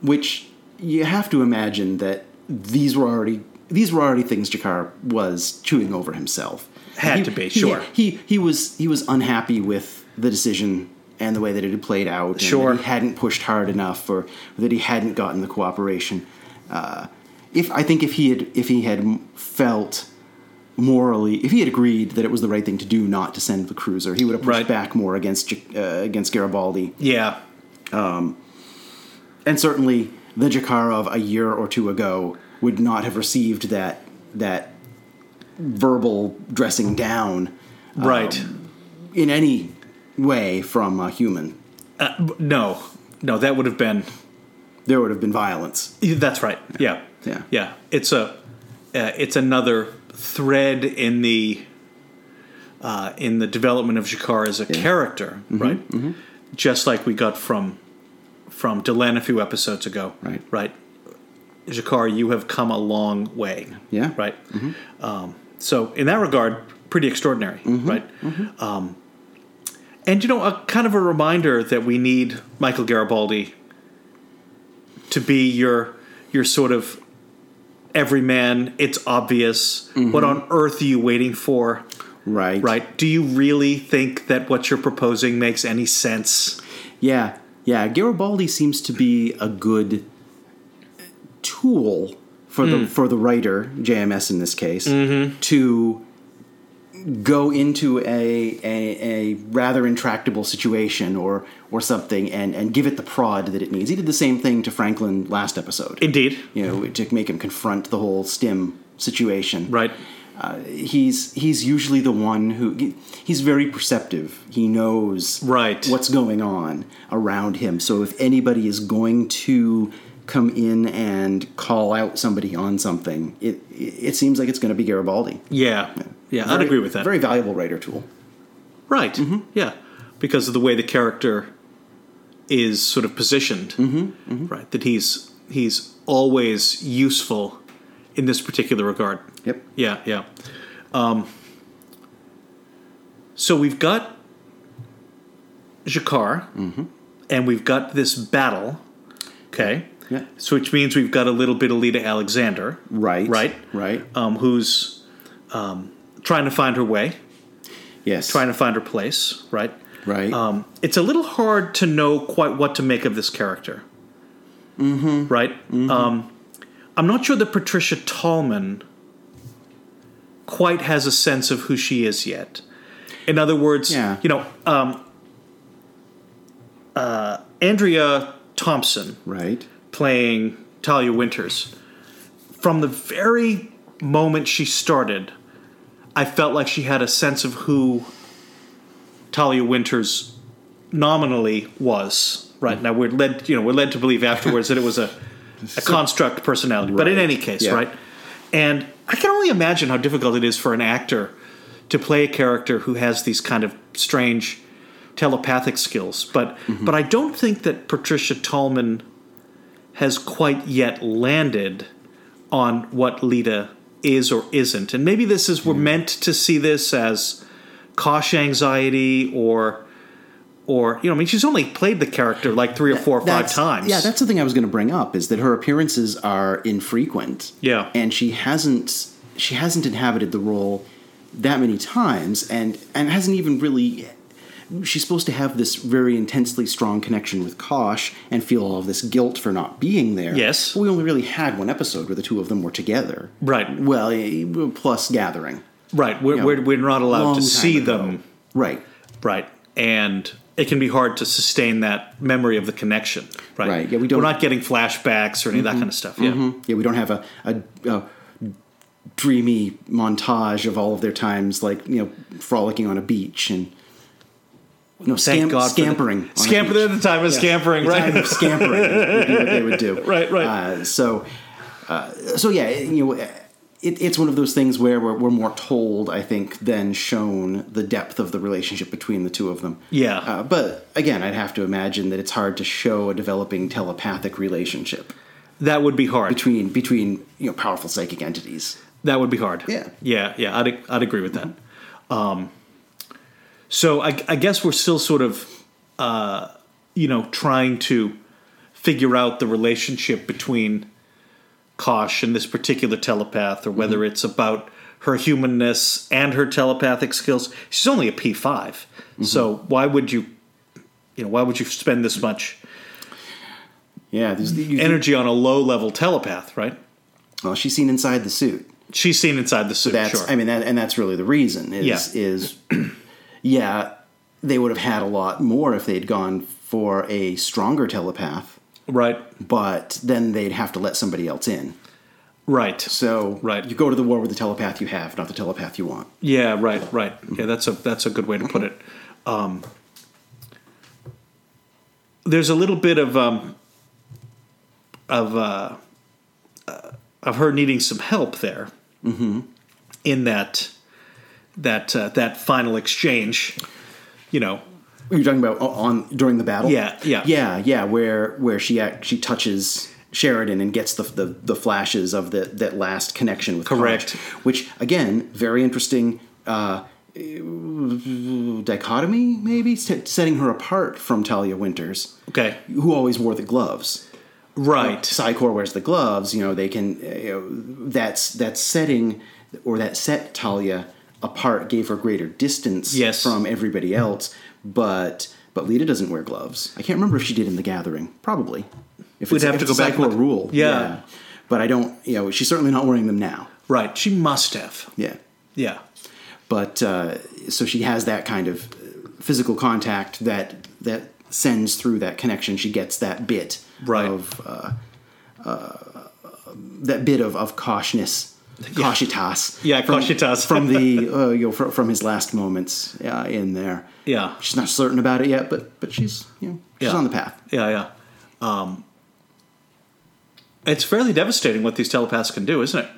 [SPEAKER 2] which you have to imagine that these were already these were already things Jakar was chewing over himself.
[SPEAKER 3] Had
[SPEAKER 2] He-
[SPEAKER 3] to be,
[SPEAKER 2] he-
[SPEAKER 3] sure.
[SPEAKER 2] He, he was he was unhappy with the decision and the way that it had played out. and that
[SPEAKER 3] Sure.
[SPEAKER 2] he hadn't pushed hard enough, or that he hadn't gotten the cooperation. Uh, if I think if he had if he had felt morally, if he had agreed that it was the right thing to do not to send the cruiser, he would have pushed
[SPEAKER 3] Right.
[SPEAKER 2] back more against Ja- uh, against Garibaldi
[SPEAKER 3] Yeah.
[SPEAKER 2] and certainly the Jakar of a year or two ago would not have received that that verbal dressing down
[SPEAKER 3] Right.
[SPEAKER 2] in any way from a human.
[SPEAKER 3] Uh, b- no. No, that would have been
[SPEAKER 2] There would have been violence.
[SPEAKER 3] Yeah, That's right. Yeah.
[SPEAKER 2] Yeah.
[SPEAKER 3] Yeah. It's a uh, it's another thread in the uh, in the development of Jakar as a character, right? Just like we got from from Delenn a few episodes ago.
[SPEAKER 2] Right.
[SPEAKER 3] Right. Jakar, you have come a long way.
[SPEAKER 2] Yeah. Mm-hmm.
[SPEAKER 3] Right. Um, so in that regard, pretty extraordinary, right?
[SPEAKER 2] Mm-hmm.
[SPEAKER 3] Um, and you know, a kind of a reminder that we need Michael Garibaldi to be your your sort of everyman. It's obvious.
[SPEAKER 2] Mm-hmm.
[SPEAKER 3] What on earth are you waiting for?
[SPEAKER 2] Right.
[SPEAKER 3] Right? Do you really think that what you're proposing makes any sense?
[SPEAKER 2] Yeah. Yeah. Garibaldi seems to be a good tool for the for the writer, JMS in this case, to go into a, a a rather intractable situation or or something and and give it the prod that it needs. He did the same thing to Franklin last episode.
[SPEAKER 3] Indeed.
[SPEAKER 2] you know, to make him confront the whole stim situation.
[SPEAKER 3] Right.
[SPEAKER 2] Uh, he's he's usually the one who he's very perceptive. He knows
[SPEAKER 3] Right.
[SPEAKER 2] what's going on around him. So if anybody is going to come in and call out somebody on something, it it seems like it's going to be Garibaldi.
[SPEAKER 3] Yeah. Yeah, I'd
[SPEAKER 2] Very-
[SPEAKER 3] agree with that.
[SPEAKER 2] Very valuable writer tool.
[SPEAKER 3] Right. Yeah. Because of the way the character is sort of positioned. Right. That he's he's always useful in this particular regard.
[SPEAKER 2] Yep.
[SPEAKER 3] Yeah, yeah. Um, so we've got Jakar, and we've got this battle. Okay.
[SPEAKER 2] Yeah.
[SPEAKER 3] So which means we've got a little bit of Lita Alexander,
[SPEAKER 2] Right.
[SPEAKER 3] Right.
[SPEAKER 2] Right.
[SPEAKER 3] um, who's um, trying to find her way,
[SPEAKER 2] Yes.
[SPEAKER 3] trying to find her place, right?
[SPEAKER 2] right.
[SPEAKER 3] Um, it's a little hard to know quite what to make of this character, mm-hmm. right? Um, I'm not sure that Patricia Tallman quite has a sense of who she is yet. In other words,
[SPEAKER 2] Yeah.
[SPEAKER 3] you know, um, uh, Andrea Thompson
[SPEAKER 2] right.
[SPEAKER 3] playing Talia Winters, from the very moment she started, I felt like she had a sense of who Talia Winters nominally was. Right now, we're led, you know, we're led to believe afterwards that it was a, a construct personality. But in
[SPEAKER 2] Right.
[SPEAKER 3] any case,
[SPEAKER 2] Yeah.
[SPEAKER 3] right? And I can only imagine how difficult it is for an actor to play a character who has these kind of strange
[SPEAKER 2] Mm-hmm.
[SPEAKER 3] telepathic skills. But but I don't think that Patricia Tallman has quite yet landed on what Lita is or isn't. And maybe this is we're
[SPEAKER 2] Hmm.
[SPEAKER 3] meant to see this as Kosh anxiety or or you know, I mean she's only played the character like three or four or five
[SPEAKER 2] That's-
[SPEAKER 3] times.
[SPEAKER 2] Yeah, that's the thing I was going to bring up is that her appearances are infrequent.
[SPEAKER 3] Yeah.
[SPEAKER 2] and she hasn't she hasn't inhabited the role that many times, and and hasn't even really. She's supposed to have this very intensely strong connection with Kosh and feel all of this guilt for not being there.
[SPEAKER 3] Yes.
[SPEAKER 2] But we only really had one episode where the two of them were together.
[SPEAKER 3] Right.
[SPEAKER 2] Well, eh, plus gathering.
[SPEAKER 3] Right. We're,
[SPEAKER 2] Yeah.
[SPEAKER 3] we're, we're not allowed
[SPEAKER 2] Long
[SPEAKER 3] to
[SPEAKER 2] time
[SPEAKER 3] see
[SPEAKER 2] ago.
[SPEAKER 3] them.
[SPEAKER 2] Right.
[SPEAKER 3] Right. And it can be hard to sustain that memory of the connection. Right.
[SPEAKER 2] Right. Yeah, we don't- Mm-hmm.
[SPEAKER 3] We're not getting flashbacks or any of that kind of stuff. Yeah.
[SPEAKER 2] Yeah, we don't have a, a, a dreamy montage of all of their times, like you know, frolicking on a beach and no,
[SPEAKER 3] Thank
[SPEAKER 2] scam,
[SPEAKER 3] God. for the-
[SPEAKER 2] scampering, on a
[SPEAKER 3] Scamper.
[SPEAKER 2] beach.
[SPEAKER 3] At the time of scampering,
[SPEAKER 2] The
[SPEAKER 3] right?
[SPEAKER 2] time of scampering would be what they would do.
[SPEAKER 3] Right, right.
[SPEAKER 2] Uh, so, uh, so yeah, you know, it, it's one of those things where we're, we're more told, I think, than shown the depth of the relationship between the two of them.
[SPEAKER 3] Yeah.
[SPEAKER 2] Uh, but again, I'd have to imagine that it's hard to show a developing telepathic relationship
[SPEAKER 3] that would be hard.
[SPEAKER 2] between between you know powerful psychic entities.
[SPEAKER 3] That would be hard.
[SPEAKER 2] Yeah.
[SPEAKER 3] Yeah. Yeah. I'd, I'd agree with that. Um, so I, I guess we're still sort of, uh, you know, trying to figure out the relationship between Kosh and this particular telepath, or whether
[SPEAKER 2] Mm-hmm.
[SPEAKER 3] it's about her humanness and her telepathic skills. She's only a P5.
[SPEAKER 2] Mm-hmm.
[SPEAKER 3] So why would you, you know, why would you spend this much
[SPEAKER 2] Yeah, there's the, you,
[SPEAKER 3] energy on a low level telepath, right?
[SPEAKER 2] well, she's seen inside the suit.
[SPEAKER 3] She's seen inside the suit.
[SPEAKER 2] That's
[SPEAKER 3] sure.
[SPEAKER 2] I mean, that, and that's really the reason is
[SPEAKER 3] Yeah.
[SPEAKER 2] is yeah, they would have had a lot more if they'd gone for a stronger telepath,
[SPEAKER 3] right.
[SPEAKER 2] but then they'd have to let somebody else in.
[SPEAKER 3] Right.
[SPEAKER 2] So
[SPEAKER 3] Right.
[SPEAKER 2] you go to the war with the telepath you have, not the telepath you want.
[SPEAKER 3] Yeah, right, right. Yeah, that's a that's a good way to put it. Um, there's a little bit of um, of uh, uh, of her needing some help there. Mm-hmm. In that that uh, that final exchange, you know,
[SPEAKER 2] You're talking about o- on during the battle.
[SPEAKER 3] Yeah, yeah.
[SPEAKER 2] yeah, yeah. Where where she act, she touches Sheridan and gets the the, the flashes of the that last connection with
[SPEAKER 3] Correct.
[SPEAKER 2] Koch, which again, very interesting uh, dichotomy, maybe set- setting her apart from Talia Winters,
[SPEAKER 3] okay,
[SPEAKER 2] who always wore the gloves.
[SPEAKER 3] right,
[SPEAKER 2] Psycor wears the gloves. You know, they can. uh, You know, that's that's setting or that set Talia apart gave her greater distance
[SPEAKER 3] Yes.
[SPEAKER 2] from everybody else. But but Lita doesn't wear gloves. I can't remember if she did in the Gathering. Probably. If
[SPEAKER 3] We'd
[SPEAKER 2] it's-
[SPEAKER 3] have
[SPEAKER 2] if
[SPEAKER 3] to
[SPEAKER 2] it's
[SPEAKER 3] go
[SPEAKER 2] a
[SPEAKER 3] back
[SPEAKER 2] Psycor
[SPEAKER 3] and look.
[SPEAKER 2] rule.
[SPEAKER 3] Yeah.
[SPEAKER 2] But I don't. You know, she's certainly not wearing them now.
[SPEAKER 3] right. She must have.
[SPEAKER 2] Yeah.
[SPEAKER 3] Yeah,
[SPEAKER 2] But uh, so she has that kind of physical contact that that sends through that connection. She gets that bit
[SPEAKER 3] Right.
[SPEAKER 2] of uh, uh, that bit of of cautiousness, cautitas,
[SPEAKER 3] Yeah,
[SPEAKER 2] from,
[SPEAKER 3] cautitas.
[SPEAKER 2] from the uh, you know from, from his last moments uh, in there.
[SPEAKER 3] Yeah.
[SPEAKER 2] she's not certain about it yet, but but she's you know she's
[SPEAKER 3] Yeah.
[SPEAKER 2] on the path.
[SPEAKER 3] yeah, yeah. Um, it's fairly devastating what these telepaths can do, isn't it?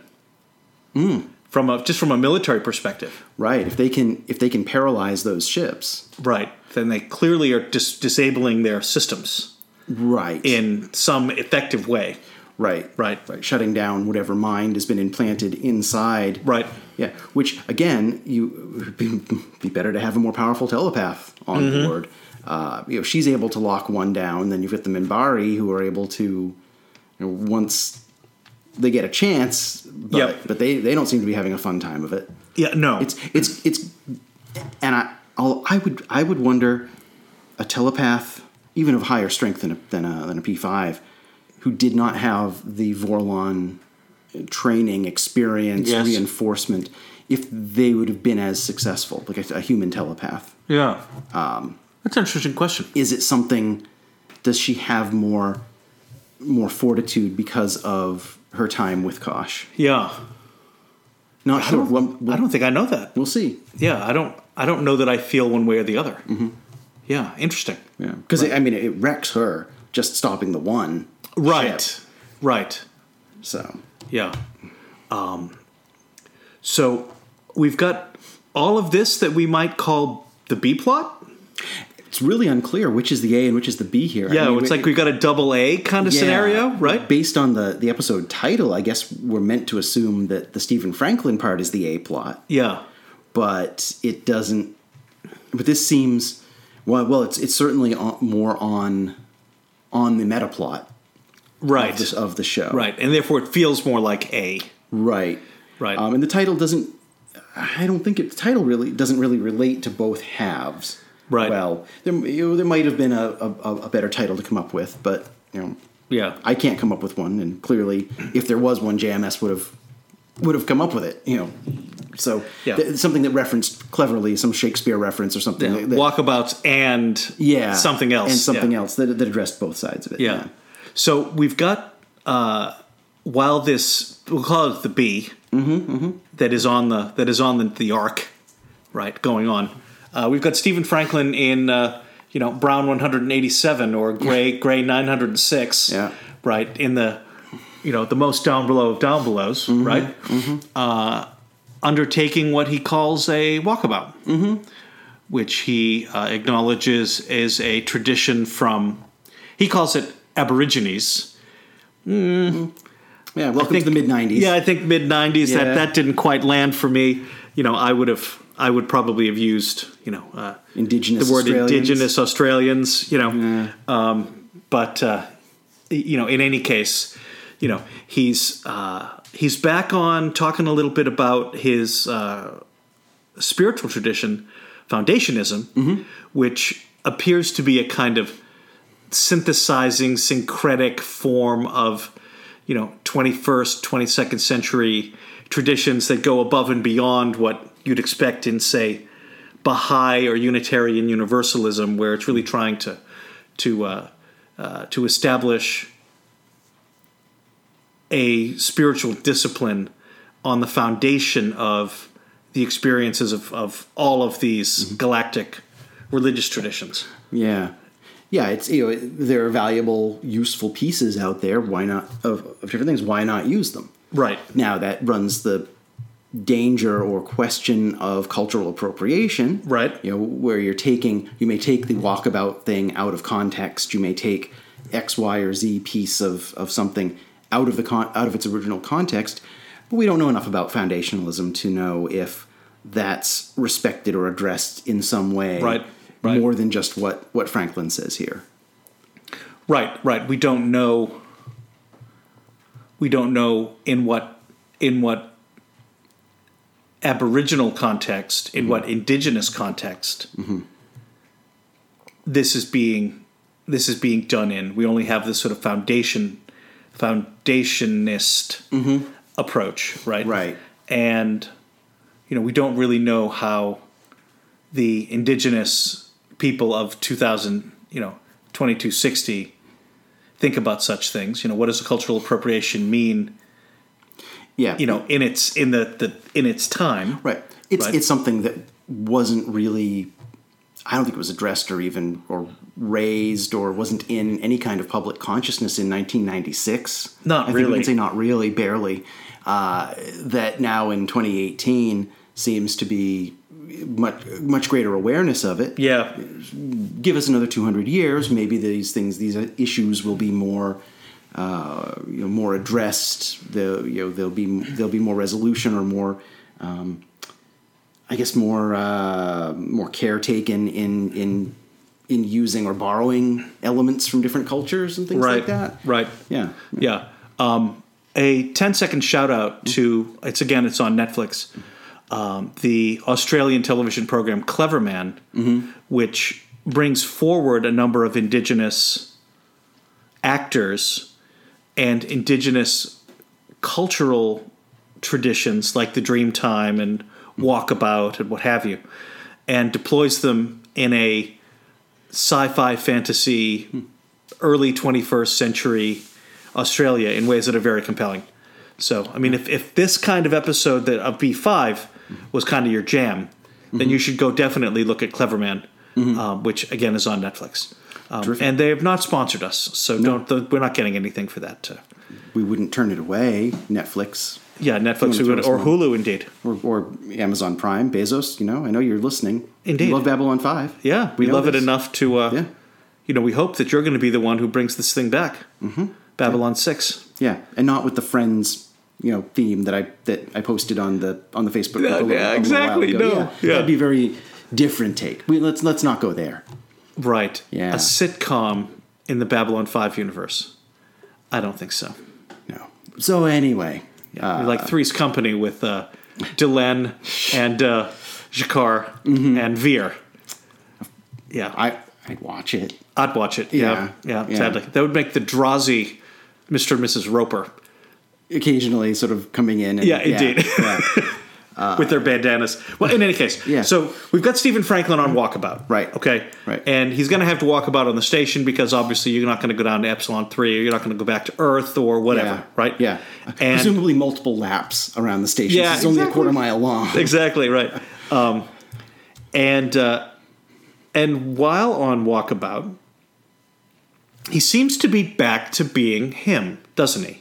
[SPEAKER 3] Hmm. From a, just from a military perspective,
[SPEAKER 2] Right, if they can if they can paralyze those ships,
[SPEAKER 3] right? Then they clearly are dis- disabling their systems
[SPEAKER 2] right
[SPEAKER 3] in some effective way,
[SPEAKER 2] right
[SPEAKER 3] right?
[SPEAKER 2] right shutting down whatever mind has been implanted inside
[SPEAKER 3] Right.
[SPEAKER 2] Yeah, which again, you be, be better to have a more powerful telepath on board. Uh, you know, she's able to lock one down. Then you've got the Minbari who are able to, you know, once they get a chance, but,
[SPEAKER 3] Yep.
[SPEAKER 2] but they they don't seem to be having a fun time of it.
[SPEAKER 3] Yeah. No.
[SPEAKER 2] It's it's it's, and I I'll, I would I would wonder a telepath even of higher strength than a, than a than a P five who did not have the Vorlon training experience
[SPEAKER 3] Yes.
[SPEAKER 2] reinforcement if they would have been as successful like a, a human telepath
[SPEAKER 3] yeah. Um, That's an interesting question.
[SPEAKER 2] is it something does she have more more fortitude because of her time with Kosh
[SPEAKER 3] Yeah.
[SPEAKER 2] not sure we'll,
[SPEAKER 3] I
[SPEAKER 2] we'll,
[SPEAKER 3] don't think I know that.
[SPEAKER 2] we'll see
[SPEAKER 3] Yeah. I don't. I don't know that I feel one way or the other. Yeah. Interesting.
[SPEAKER 2] Yeah, because I mean, it wrecks her just stopping the one.
[SPEAKER 3] Right.
[SPEAKER 2] ship.
[SPEAKER 3] Right.
[SPEAKER 2] So
[SPEAKER 3] Yeah. Um, so we've got all of this that we might call the B plot.
[SPEAKER 2] it's really unclear which is the A and which is the B here. I
[SPEAKER 3] Yeah,
[SPEAKER 2] mean,
[SPEAKER 3] it's
[SPEAKER 2] it-
[SPEAKER 3] like we've got a double A kind of
[SPEAKER 2] yeah,
[SPEAKER 3] scenario, right?
[SPEAKER 2] Based on the the episode title, I guess we're meant to assume that the Stephen Franklin part is the A plot.
[SPEAKER 3] yeah.
[SPEAKER 2] but it doesn't. But this seems well. Well, it's it's certainly on, more on on the meta plot
[SPEAKER 3] Right.
[SPEAKER 2] of, this, of the show,
[SPEAKER 3] right. And therefore it feels more like A.
[SPEAKER 2] Right,
[SPEAKER 3] Right.
[SPEAKER 2] Um, and the title doesn't. I don't think it, the title really doesn't really relate to both halves.
[SPEAKER 3] Right.
[SPEAKER 2] Well, there you know, there might have been a, a a better title to come up with, but you know,
[SPEAKER 3] yeah.
[SPEAKER 2] I can't come up with one. And clearly, if there was one, JMS would have would have come up with it. You know. So
[SPEAKER 3] Yeah.
[SPEAKER 2] th- something that referenced cleverly some Shakespeare reference or something. that- that-
[SPEAKER 3] Walkabouts and
[SPEAKER 2] yeah
[SPEAKER 3] something else.
[SPEAKER 2] and something
[SPEAKER 3] Yeah.
[SPEAKER 2] else that, that addressed both sides of it
[SPEAKER 3] Yeah. So we've got uh, while this we'll call it the B that is on the that is on the, the arc, right, going on. Uh, we've got Stephen Franklin in uh, you know Brown 187 or Gray Gray 906,
[SPEAKER 2] Yeah.
[SPEAKER 3] right in the you know the most down below of down belows, right? Uh, undertaking what he calls a walkabout, which he uh, acknowledges is a tradition from he calls it Aborigines.
[SPEAKER 2] yeah welcome to the mid 90s
[SPEAKER 3] Yeah, I think mid '90s.
[SPEAKER 2] Yeah.
[SPEAKER 3] That that didn't quite land for me. You know, I would have, I would probably have used, you know, uh,
[SPEAKER 2] Indigenous
[SPEAKER 3] the word
[SPEAKER 2] Australians.
[SPEAKER 3] indigenous Australians. You know, um, but uh, y- you know, in any case, you know, he's uh, he's back on talking a little bit about his uh, spiritual tradition, foundationism,
[SPEAKER 2] Mm-hmm.
[SPEAKER 3] which appears to be a kind of synthesizing syncretic form of you know 21st 22nd century traditions that go above and beyond what you'd expect in say baha'i or unitarian universalism where it's really trying to to uh, uh, to establish a spiritual discipline on the foundation of the experiences of, of all of these galactic religious traditions
[SPEAKER 2] yeah yeah it's you know there are valuable useful pieces out there why not of, of different things why not use them
[SPEAKER 3] right
[SPEAKER 2] now that runs the danger or question of cultural appropriation
[SPEAKER 3] Right.
[SPEAKER 2] you know where you're taking you may take the walkabout thing out of context you may take x y or z piece of of something out of the con- out of its original context but we don't know enough about foundationalism to know if that's respected or addressed in some way
[SPEAKER 3] Right, right.
[SPEAKER 2] more than just what what franklin says here
[SPEAKER 3] Right, right. We don't know. We don't know in what in what Aboriginal context,
[SPEAKER 2] Mm-hmm.
[SPEAKER 3] in what Indigenous context, this is being this is being done in. We only have this sort of foundation foundationist approach, right?
[SPEAKER 2] Mm-hmm. Right.
[SPEAKER 3] And you know, we don't really know how the indigenous people of 2000, you know, 2260 think about such things. You know, what does cultural appropriation mean,
[SPEAKER 2] yeah
[SPEAKER 3] you know, in its in the, the in its time?
[SPEAKER 2] Right. It's
[SPEAKER 3] Right.
[SPEAKER 2] it's something that wasn't really I don't think it was addressed or even or raised or wasn't in any kind of public consciousness in 1996.
[SPEAKER 3] Not
[SPEAKER 2] I Think we
[SPEAKER 3] really.
[SPEAKER 2] can say not really, barely. Uh, that now in 2018 seems to be much much greater awareness of it.
[SPEAKER 3] Yeah.
[SPEAKER 2] Give us another 200 years, maybe these things, these issues will be more. Uh, you know, more addressed. The you know there'll be there'll be more resolution or more um, I guess more uh, more care taken in in in using or borrowing elements from different cultures and things like
[SPEAKER 3] Right.
[SPEAKER 2] that.
[SPEAKER 3] Right.
[SPEAKER 2] Yeah.
[SPEAKER 3] Yeah. Um, a 10 second shout out
[SPEAKER 2] Mm.
[SPEAKER 3] to it's again it's on Netflix. Um, the Australian television program Clever Man,
[SPEAKER 2] Mm-hmm.
[SPEAKER 3] which brings forward a number of indigenous actors and indigenous cultural traditions like the Dreamtime and
[SPEAKER 2] Mm.
[SPEAKER 3] Walkabout and what have you, and deploys them in a sci-fi fantasy early 21st century Australia in ways that are very compelling. So, I mean, if, if this kind of episode that of B5 was kind of your
[SPEAKER 2] Mm-hmm.
[SPEAKER 3] jam, then you should go definitely look at Cleverman, um, which again is on Netflix. Um, and they have not sponsored us, so don't. th- we're not getting anything for that. Uh,
[SPEAKER 2] We wouldn't turn it away. Netflix
[SPEAKER 3] yeah, Netflix
[SPEAKER 2] wanna
[SPEAKER 3] we would,
[SPEAKER 2] throw
[SPEAKER 3] or
[SPEAKER 2] us one?
[SPEAKER 3] Hulu, indeed.
[SPEAKER 2] or, or Amazon Prime, Bezos. You know, I know you're listening.
[SPEAKER 3] Indeed.
[SPEAKER 2] you love Babylon Five.
[SPEAKER 3] Yeah, we,
[SPEAKER 2] know
[SPEAKER 3] love it
[SPEAKER 2] this.
[SPEAKER 3] enough to. Uh,
[SPEAKER 2] Yeah.
[SPEAKER 3] You know, we hope that you're going to be the one who brings this thing back. Mm-hmm. Babylon Six.
[SPEAKER 2] Yeah, and not with the Friends, you know, theme that I that I posted on the on the Facebook. group
[SPEAKER 3] Yeah,
[SPEAKER 2] a little-
[SPEAKER 3] yeah,
[SPEAKER 2] a little
[SPEAKER 3] exactly,
[SPEAKER 2] while ago.
[SPEAKER 3] no,
[SPEAKER 2] yeah,
[SPEAKER 3] yeah.
[SPEAKER 2] that'd be a very different take. We, let's let's not go there.
[SPEAKER 3] Right.
[SPEAKER 2] Yeah.
[SPEAKER 3] A sitcom in the Babylon 5 universe. I don't think so.
[SPEAKER 2] No. So anyway, Uh,
[SPEAKER 3] like Three's Company with uh, Delenn and uh, Jakar and Veer. Yeah. I,
[SPEAKER 2] Mm-hmm. I I'd watch it.
[SPEAKER 3] would watch it. Yeah.
[SPEAKER 2] Yeah,
[SPEAKER 3] Yeah,
[SPEAKER 2] yeah.
[SPEAKER 3] sadly. That would make the Drazi Mr. and Mrs. Roper
[SPEAKER 2] Occasionally, sort of coming in. And,
[SPEAKER 3] Yeah, indeed.
[SPEAKER 2] yeah.
[SPEAKER 3] with their bandanas. Well, in any case,
[SPEAKER 2] Uh, Yeah.
[SPEAKER 3] so we've got Stephen Franklin on Walkabout.
[SPEAKER 2] Right.
[SPEAKER 3] Okay.
[SPEAKER 2] Right.
[SPEAKER 3] And he's going to have to walk about on the station because obviously you're not going to go down to Epsilon 3 or you're not going to go back to Earth or whatever.
[SPEAKER 2] Yeah.
[SPEAKER 3] Right.
[SPEAKER 2] Yeah.
[SPEAKER 3] And
[SPEAKER 2] Presumably multiple laps around the station.
[SPEAKER 3] Yeah,
[SPEAKER 2] Yeah, it's only a
[SPEAKER 3] exactly.
[SPEAKER 2] quarter mile long.
[SPEAKER 3] exactly right. Um, and uh, and while on walkabout, he seems to be back to being him, doesn't he?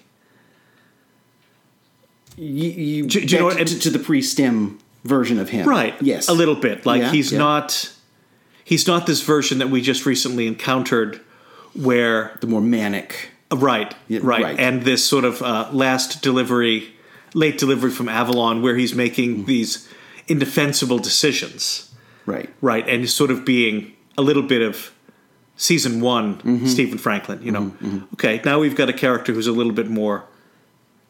[SPEAKER 2] You, you,
[SPEAKER 3] Do- do you know
[SPEAKER 2] back
[SPEAKER 3] what-
[SPEAKER 2] to, to the pre-stem version of him,
[SPEAKER 3] Right.
[SPEAKER 2] Yes,
[SPEAKER 3] A little bit. Like
[SPEAKER 2] Yeah,
[SPEAKER 3] he's
[SPEAKER 2] yeah.
[SPEAKER 3] not he's not this version that we just recently encountered where uh,
[SPEAKER 2] the more manic.
[SPEAKER 3] right, right,
[SPEAKER 2] right.
[SPEAKER 3] and this sort of uh, last delivery, late delivery from Avalon, where he's making
[SPEAKER 2] Mm.
[SPEAKER 3] these indefensible decisions.
[SPEAKER 2] Right.
[SPEAKER 3] right and sort of being a little bit of season one stephen franklin you know okay now we've got a character who's a little bit more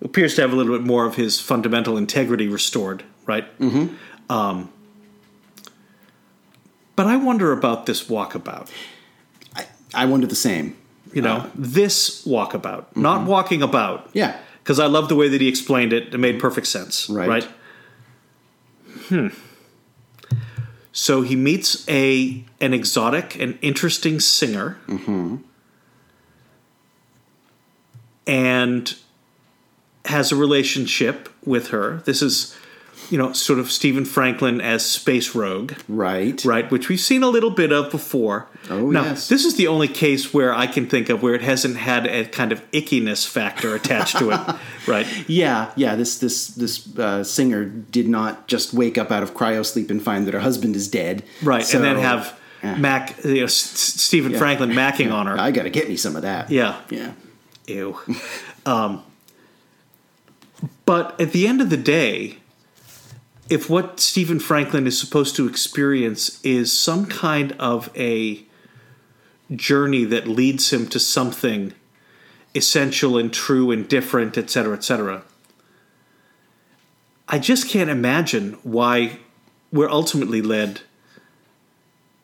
[SPEAKER 3] appears to have a little bit more of his fundamental integrity restored right mm-hmm. um, but i wonder about this walkabout
[SPEAKER 2] I wonder the same.
[SPEAKER 3] you know this walkabout not walking about
[SPEAKER 2] Yeah.
[SPEAKER 3] because i love the way that he explained it it made perfect sense
[SPEAKER 2] Right.
[SPEAKER 3] right Hmm. So he meets a an exotic and interesting singer, and has a relationship with her. This is, you know, sort of Stephen Franklin as space rogue,
[SPEAKER 2] Right.
[SPEAKER 3] right? Which we've seen a little bit of before.
[SPEAKER 2] Oh,
[SPEAKER 3] now,
[SPEAKER 2] yes.
[SPEAKER 3] This is the only case where I can think of where it hasn't had a kind of ickiness factor attached to it, right?
[SPEAKER 2] Yeah, yeah. This this this uh, singer did not just wake up out of cryo sleep and find that her husband is dead.
[SPEAKER 3] Right,
[SPEAKER 2] So-
[SPEAKER 3] and then have.
[SPEAKER 2] Yeah.
[SPEAKER 3] Mac, you know, S- S- Stephen Franklin macking on her.
[SPEAKER 2] I got to get me some of that.
[SPEAKER 3] Yeah.
[SPEAKER 2] yeah.
[SPEAKER 3] Ew. um, but at the end of the day, if what Stephen Franklin is supposed to experience is some kind of a journey that leads him to something essential and true and different, et cetera, et cetera, I just can't imagine why we're ultimately led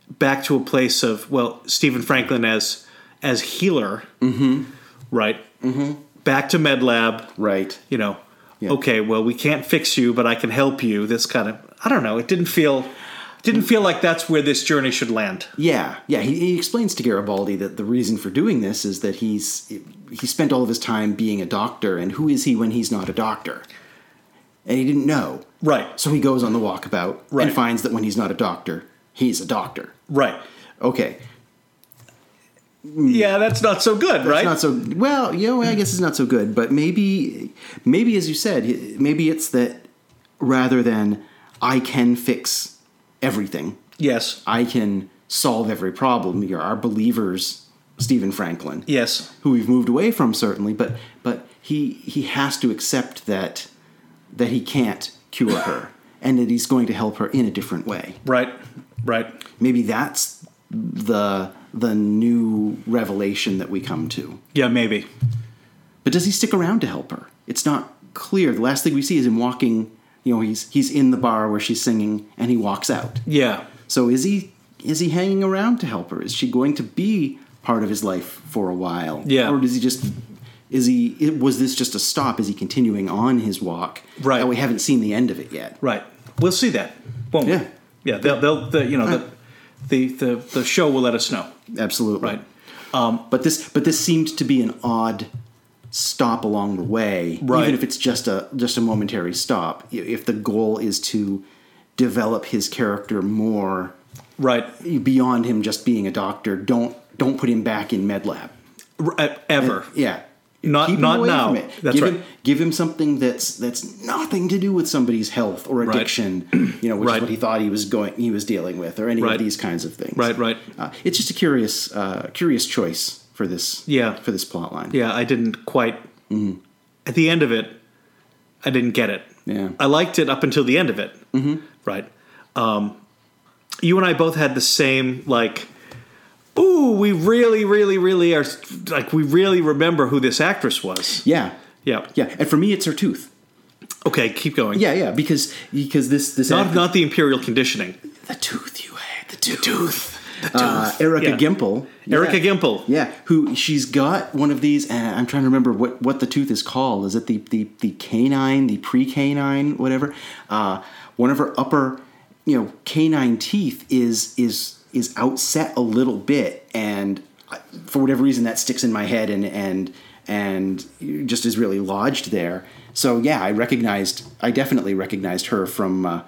[SPEAKER 3] back to a place of well, Stephen Franklin as as healer right? Mm-hmm. Back to MedLab,
[SPEAKER 2] Right.
[SPEAKER 3] you know. Okay, well, we can't fix you, but I can help you. This kind of, I don't know. It didn't feel, didn't feel like that's where this journey should land.
[SPEAKER 2] Yeah, yeah. He, he explains to Garibaldi that the reason for doing this is that he's he spent all of his time being a doctor, and who is he when he's not a doctor? And he didn't know.
[SPEAKER 3] Right.
[SPEAKER 2] So he goes on the walkabout
[SPEAKER 3] Right.
[SPEAKER 2] and finds that when he's not a doctor, he's a doctor.
[SPEAKER 3] Right.
[SPEAKER 2] Okay,
[SPEAKER 3] Yeah, that's not so good, right?
[SPEAKER 2] It's not so well. You know, I guess it's not so good, but maybe, maybe as you said, maybe it's that rather than I can fix everything,
[SPEAKER 3] yes.
[SPEAKER 2] I can solve every problem. You're our believers, Stephen Franklin,
[SPEAKER 3] Yes.
[SPEAKER 2] who we've moved away from certainly, but but he he has to accept that that he can't cure her and that he's going to help her in a different way.
[SPEAKER 3] Right. Right.
[SPEAKER 2] Maybe that's the the new revelation that we come to.
[SPEAKER 3] Yeah, maybe.
[SPEAKER 2] But does he stick around to help her? It's not clear. The last thing we see is him walking. You know, he's he's in the bar where she's singing, and he walks out.
[SPEAKER 3] Yeah.
[SPEAKER 2] So is he is he hanging around to help her? Is she going to be part of his life for a while?
[SPEAKER 3] Yeah.
[SPEAKER 2] Or does he just is he it- was this just a stop? Is he continuing on his walk?
[SPEAKER 3] Right.
[SPEAKER 2] And we haven't seen the end of it yet.
[SPEAKER 3] Right. We'll see that, won't we?
[SPEAKER 2] Yeah.
[SPEAKER 3] Yeah. They'll, they'll, the, you know, the, the, the, the show will let us know.
[SPEAKER 2] Absolutely.
[SPEAKER 3] Right.
[SPEAKER 2] But this but this seemed to be an odd stop along the way,
[SPEAKER 3] Right.
[SPEAKER 2] even if it's just a just a momentary stop. i- If the goal is to develop his character more
[SPEAKER 3] Right.
[SPEAKER 2] beyond him just being a doctor. Don't don't put him back in med lab.
[SPEAKER 3] R- e- ever.
[SPEAKER 2] Yeah.
[SPEAKER 3] Not-
[SPEAKER 2] Keep him
[SPEAKER 3] not
[SPEAKER 2] away
[SPEAKER 3] now.
[SPEAKER 2] from it.
[SPEAKER 3] That's
[SPEAKER 2] give
[SPEAKER 3] right.
[SPEAKER 2] Him, give him something that's that's nothing to do with somebody's health or addiction, you know, which
[SPEAKER 3] Right.
[SPEAKER 2] is what he thought he was going he was dealing with, or any
[SPEAKER 3] Right.
[SPEAKER 2] of these kinds of things.
[SPEAKER 3] Right, right.
[SPEAKER 2] Uh, it's just a curious uh, curious choice for this
[SPEAKER 3] Yeah.
[SPEAKER 2] for this plot line.
[SPEAKER 3] Yeah, I didn't quite.
[SPEAKER 2] Mm-hmm.
[SPEAKER 3] At the end of it, I didn't get it.
[SPEAKER 2] Yeah.
[SPEAKER 3] I liked it up until the end of it. Mm-hmm. Right. Um, you and I both had the same like. Ooh, we really, really, really are like we really remember who this actress was.
[SPEAKER 2] Yeah.
[SPEAKER 3] Yeah.
[SPEAKER 2] Yeah. And for me it's her tooth.
[SPEAKER 3] Okay, keep going.
[SPEAKER 2] Yeah, yeah, because because this this
[SPEAKER 3] Not
[SPEAKER 2] actress-
[SPEAKER 3] not the imperial conditioning.
[SPEAKER 2] the tooth you had the tooth, Uh, Erica
[SPEAKER 3] Yeah.
[SPEAKER 2] Gimple
[SPEAKER 3] Erica
[SPEAKER 2] Yeah.
[SPEAKER 3] Gimple.
[SPEAKER 2] Yeah, who she's got one of these, and I'm trying to remember what, what the tooth is called. Is it the the, the canine, the pre canine, whatever? Uh, one of her upper, you know, canine teeth is is is outset a little bit, and I- for whatever reason that sticks in my head, and and and just is really lodged there. So yeah, I recognized, I definitely recognized her from. Uh,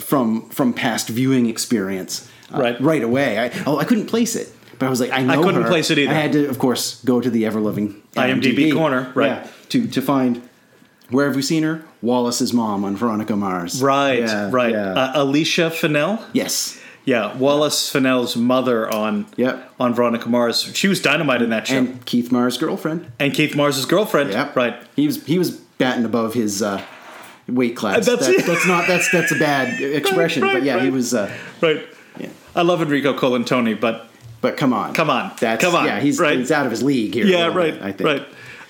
[SPEAKER 2] from from past viewing experience uh,
[SPEAKER 3] Right.
[SPEAKER 2] right away. I, oh, I couldn't place it, but I was like, I know
[SPEAKER 3] couldn't
[SPEAKER 2] her.
[SPEAKER 3] place it either.
[SPEAKER 2] I had to, of course, go to the ever loving
[SPEAKER 3] IMDb corner, right.
[SPEAKER 2] to to find where have we seen her? Wallace's mom on Veronica Mars,
[SPEAKER 3] Right,
[SPEAKER 2] Yeah,
[SPEAKER 3] right.
[SPEAKER 2] yeah.
[SPEAKER 3] Uh, Alicia Fennell.
[SPEAKER 2] yes,
[SPEAKER 3] Yeah, Wallace Fennell's mother on
[SPEAKER 2] Yep.
[SPEAKER 3] on Veronica Mars. She was dynamite in that show.
[SPEAKER 2] and
[SPEAKER 3] And,
[SPEAKER 2] Keith Mars' girlfriend.
[SPEAKER 3] Keith Mars's girlfriend.
[SPEAKER 2] Yep.
[SPEAKER 3] Right.
[SPEAKER 2] He was he was batting above his. Uh, Weight class.
[SPEAKER 3] That's
[SPEAKER 2] That-
[SPEAKER 3] it.
[SPEAKER 2] that's not. That's that's a bad expression.
[SPEAKER 3] right,
[SPEAKER 2] but yeah, he
[SPEAKER 3] right.
[SPEAKER 2] was. Uh,
[SPEAKER 3] Right.
[SPEAKER 2] yeah.
[SPEAKER 3] I love Enrico Colantoni, but
[SPEAKER 2] But come on,
[SPEAKER 3] Come on.
[SPEAKER 2] That's
[SPEAKER 3] Come on,
[SPEAKER 2] Yeah, he's
[SPEAKER 3] right.
[SPEAKER 2] he's out of his league here. a
[SPEAKER 3] yeah,
[SPEAKER 2] little
[SPEAKER 3] right.
[SPEAKER 2] bit, I think.
[SPEAKER 3] Right.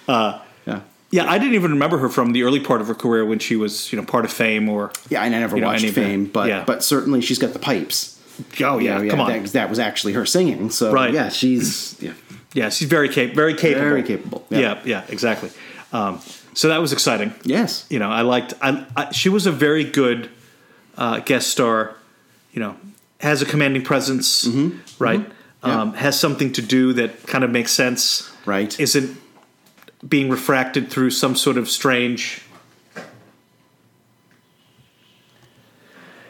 [SPEAKER 3] Uh,
[SPEAKER 2] Yeah.
[SPEAKER 3] Yeah, I didn't even remember her from the early part of her career when she was, you know, part of Fame or
[SPEAKER 2] Yeah, and I never
[SPEAKER 3] You know,
[SPEAKER 2] watched
[SPEAKER 3] any of that.
[SPEAKER 2] Fame, but
[SPEAKER 3] Yeah.
[SPEAKER 2] but certainly she's got the pipes.
[SPEAKER 3] Oh yeah,
[SPEAKER 2] You know,
[SPEAKER 3] come on.
[SPEAKER 2] That, that was actually her singing. So
[SPEAKER 3] Right.
[SPEAKER 2] yeah, she's yeah,
[SPEAKER 3] Yeah, she's very cap- very capable.
[SPEAKER 2] very capable.
[SPEAKER 3] Yeah, yeah, exactly. Um, so that was exciting.
[SPEAKER 2] Yes.
[SPEAKER 3] you know, I liked. I, I she was a very good uh, guest star. You know, has a commanding presence, right?
[SPEAKER 2] Mm-hmm. Yeah.
[SPEAKER 3] Um, has something to do that kind of makes sense,
[SPEAKER 2] Right.
[SPEAKER 3] Isn't being refracted through some sort of strange.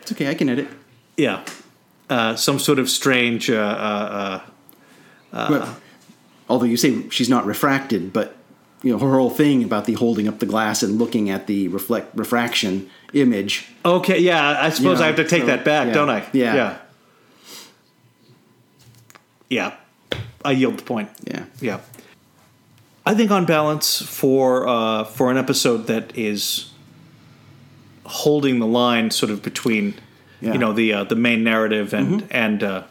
[SPEAKER 2] It's okay. I can edit.
[SPEAKER 3] Yeah. Uh, some sort of strange. Uh, uh,
[SPEAKER 2] But- although you say she's not refracted, but you know her whole thing about the holding up the glass and looking at the reflect refraction image.
[SPEAKER 3] uh, okay, yeah, I suppose
[SPEAKER 2] Yeah,
[SPEAKER 3] I have to take
[SPEAKER 2] so-
[SPEAKER 3] that back,
[SPEAKER 2] yeah.
[SPEAKER 3] don't I?
[SPEAKER 2] Yeah.
[SPEAKER 3] yeah, yeah. I yield the point.
[SPEAKER 2] Yeah.
[SPEAKER 3] Yeah. I think on balance for uh, for an episode that is holding the line sort of between
[SPEAKER 2] Yeah.
[SPEAKER 3] you know the uh, the main narrative and and uh,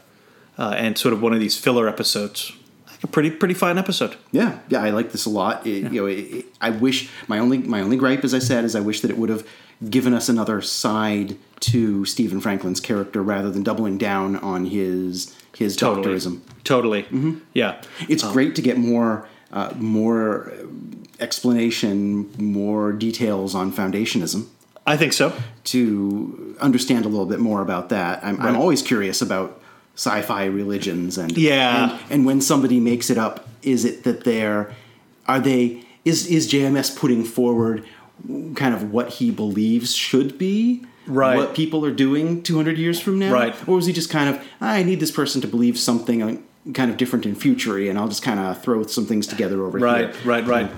[SPEAKER 3] uh, and sort of one of these filler episodes. Like a pretty pretty fine episode.
[SPEAKER 2] Yeah, yeah, I like this a lot. It, You know, it, it- I wish my only my only gripe, as I said, is I wish that it would have given us another side to Stephen Franklin's character rather than doubling down on his his doctorism.
[SPEAKER 3] Totally. Yeah.
[SPEAKER 2] It's great to get more uh, more uh, explanation, more details on foundationism
[SPEAKER 3] I think so.
[SPEAKER 2] to understand a little bit more about that. I'm, I'm
[SPEAKER 3] Right.
[SPEAKER 2] always curious about sci-fi religions and
[SPEAKER 3] Yeah.
[SPEAKER 2] and, and when somebody makes it up, is it that they're are they is is JMS putting forward kind of what he believes should be
[SPEAKER 3] Right.
[SPEAKER 2] what people are doing 200 years from now
[SPEAKER 3] Right.
[SPEAKER 2] or was he just kind of I need this person to believe something uh, kind of different in future and I'll just kind of throw some things together over here
[SPEAKER 3] Right, right, right.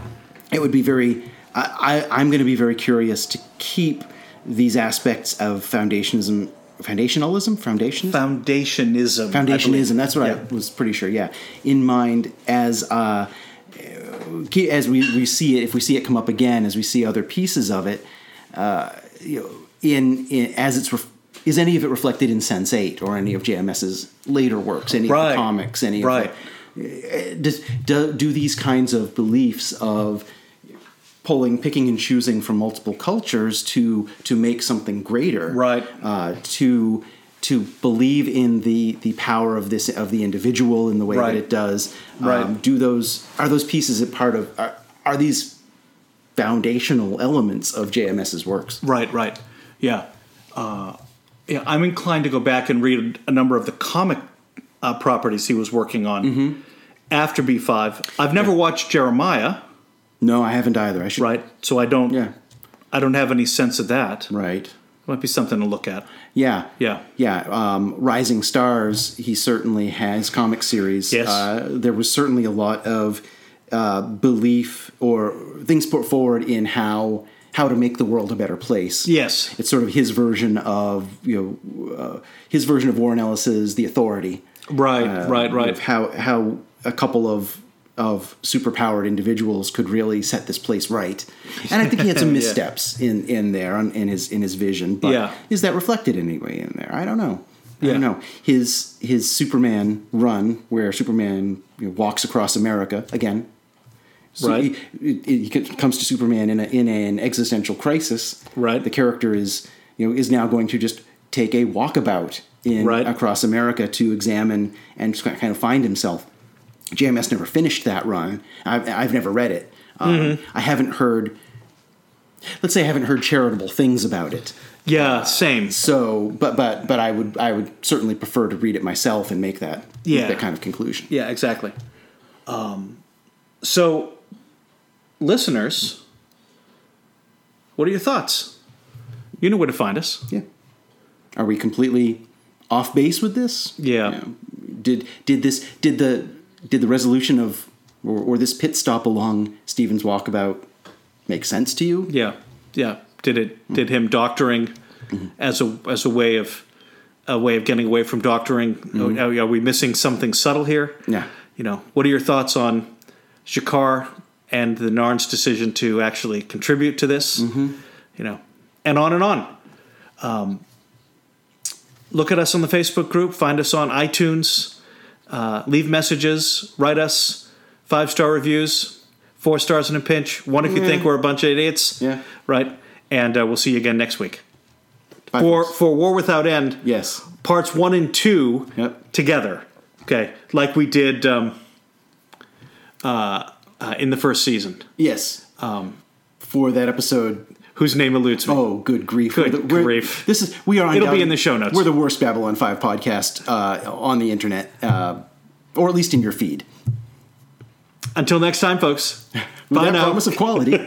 [SPEAKER 2] it would be very I, I, i'm going to be very curious to keep these aspects of foundationism foundationalism foundationism
[SPEAKER 3] Foundationism. I
[SPEAKER 2] foundationism
[SPEAKER 3] believe.
[SPEAKER 2] that's what i
[SPEAKER 3] Yeah.
[SPEAKER 2] was pretty sure yeah in mind as uh ke- as we, we see it if we see it come up again as we see other pieces of it uh you know in, in as it's ref- is any of it reflected in sense 8 or any of jms's later works any of
[SPEAKER 3] Right.
[SPEAKER 2] the comics any of
[SPEAKER 3] Right.
[SPEAKER 2] the, does, do, do these kinds of beliefs of pulling, picking, and choosing from multiple cultures to to make something greater,
[SPEAKER 3] Right.
[SPEAKER 2] Uh, to to believe in the the power of this of the individual in the way
[SPEAKER 3] Right.
[SPEAKER 2] that it does. um,
[SPEAKER 3] Right.
[SPEAKER 2] Do those are those pieces a part of are, are these foundational elements of JMS's works?
[SPEAKER 3] Right, right. Yeah. Uh, yeah, I'm inclined to go back and read a number of the comic uh, properties he was working on
[SPEAKER 2] Mm-hmm.
[SPEAKER 3] after B5. I've never watched Jeremiah,
[SPEAKER 2] No, I haven't either. I should.
[SPEAKER 3] right? So I don't
[SPEAKER 2] Yeah.
[SPEAKER 3] I don't have any sense of that.
[SPEAKER 2] Right.
[SPEAKER 3] might be something to look at.
[SPEAKER 2] Yeah.
[SPEAKER 3] Yeah.
[SPEAKER 2] Yeah. Um, Rising Stars, he certainly has comic series.
[SPEAKER 3] Yes.
[SPEAKER 2] Uh, there was certainly a lot of uh, belief or things put forward in how how to make the world a better place.
[SPEAKER 3] Yes.
[SPEAKER 2] It's sort of his version of, you know, uh, his version of Warren Ellis's The Authority.
[SPEAKER 3] Right,
[SPEAKER 2] Uh,
[SPEAKER 3] right, right.
[SPEAKER 2] Of how how a couple of of superpowered individuals could really set this place right, and I think he had some missteps in in there on, in his in his vision. But
[SPEAKER 3] Yeah.
[SPEAKER 2] is that reflected anyway in there? I don't know. I
[SPEAKER 3] Yeah.
[SPEAKER 2] don't know. His his Superman run where Superman you know, walks across America again. So
[SPEAKER 3] Right.
[SPEAKER 2] He, he- he comes to Superman in a, in an existential crisis.
[SPEAKER 3] Right.
[SPEAKER 2] The character is you know is now going to just take a walkabout in
[SPEAKER 3] Right.
[SPEAKER 2] across America to examine and just kind of find himself. JMS never finished that run. I've, I've never read it. Um,
[SPEAKER 3] Mm-hmm.
[SPEAKER 2] I haven't heard. Let's say I haven't heard charitable things about it.
[SPEAKER 3] Yeah, same.
[SPEAKER 2] So, but but but I would I would certainly prefer to read it myself and make that
[SPEAKER 3] Yeah.
[SPEAKER 2] make that kind of conclusion.
[SPEAKER 3] Yeah, exactly. Um, so, listeners, what are your thoughts? You know where to find us.
[SPEAKER 2] Yeah. Are we completely off base with this?
[SPEAKER 3] Yeah.
[SPEAKER 2] Did did this did the did the resolution of or, or this pit stop along Stevens walkabout make sense to you?
[SPEAKER 3] Yeah, yeah. Did it? Did him doctoring as a as a way of a way of getting away from doctoring? Oh, Are, are we missing something subtle here?
[SPEAKER 2] Yeah.
[SPEAKER 3] You know, what are your thoughts on Jakar and the Narn's decision to actually contribute to this? You know, and on and on. Um, look at us on the Facebook group. Find us on iTunes. Uh, leave messages. Write us five star reviews. Four stars in a pinch. One if you think we're a bunch of idiots.
[SPEAKER 2] Yeah.
[SPEAKER 3] Right. And uh, we'll see you again next week
[SPEAKER 2] Bye,
[SPEAKER 3] for
[SPEAKER 2] folks.
[SPEAKER 3] for War Without End.
[SPEAKER 2] yes.
[SPEAKER 3] Parts one and two
[SPEAKER 2] Yep.
[SPEAKER 3] together. Okay, like we did um, uh, uh, in the first season.
[SPEAKER 2] Yes. Um for that episode
[SPEAKER 3] Whose name eludes me?
[SPEAKER 2] Oh, good grief!
[SPEAKER 3] Good
[SPEAKER 2] We're the- we're-
[SPEAKER 3] grief.
[SPEAKER 2] This is we are.
[SPEAKER 3] It'll be
[SPEAKER 2] undoubtedly-
[SPEAKER 3] in the show notes.
[SPEAKER 2] We're the worst Babylon Five podcast uh, on the internet, uh, or at least in your feed.
[SPEAKER 3] Until next time, folks.
[SPEAKER 2] With
[SPEAKER 3] Bye
[SPEAKER 2] that
[SPEAKER 3] now.
[SPEAKER 2] promise of quality.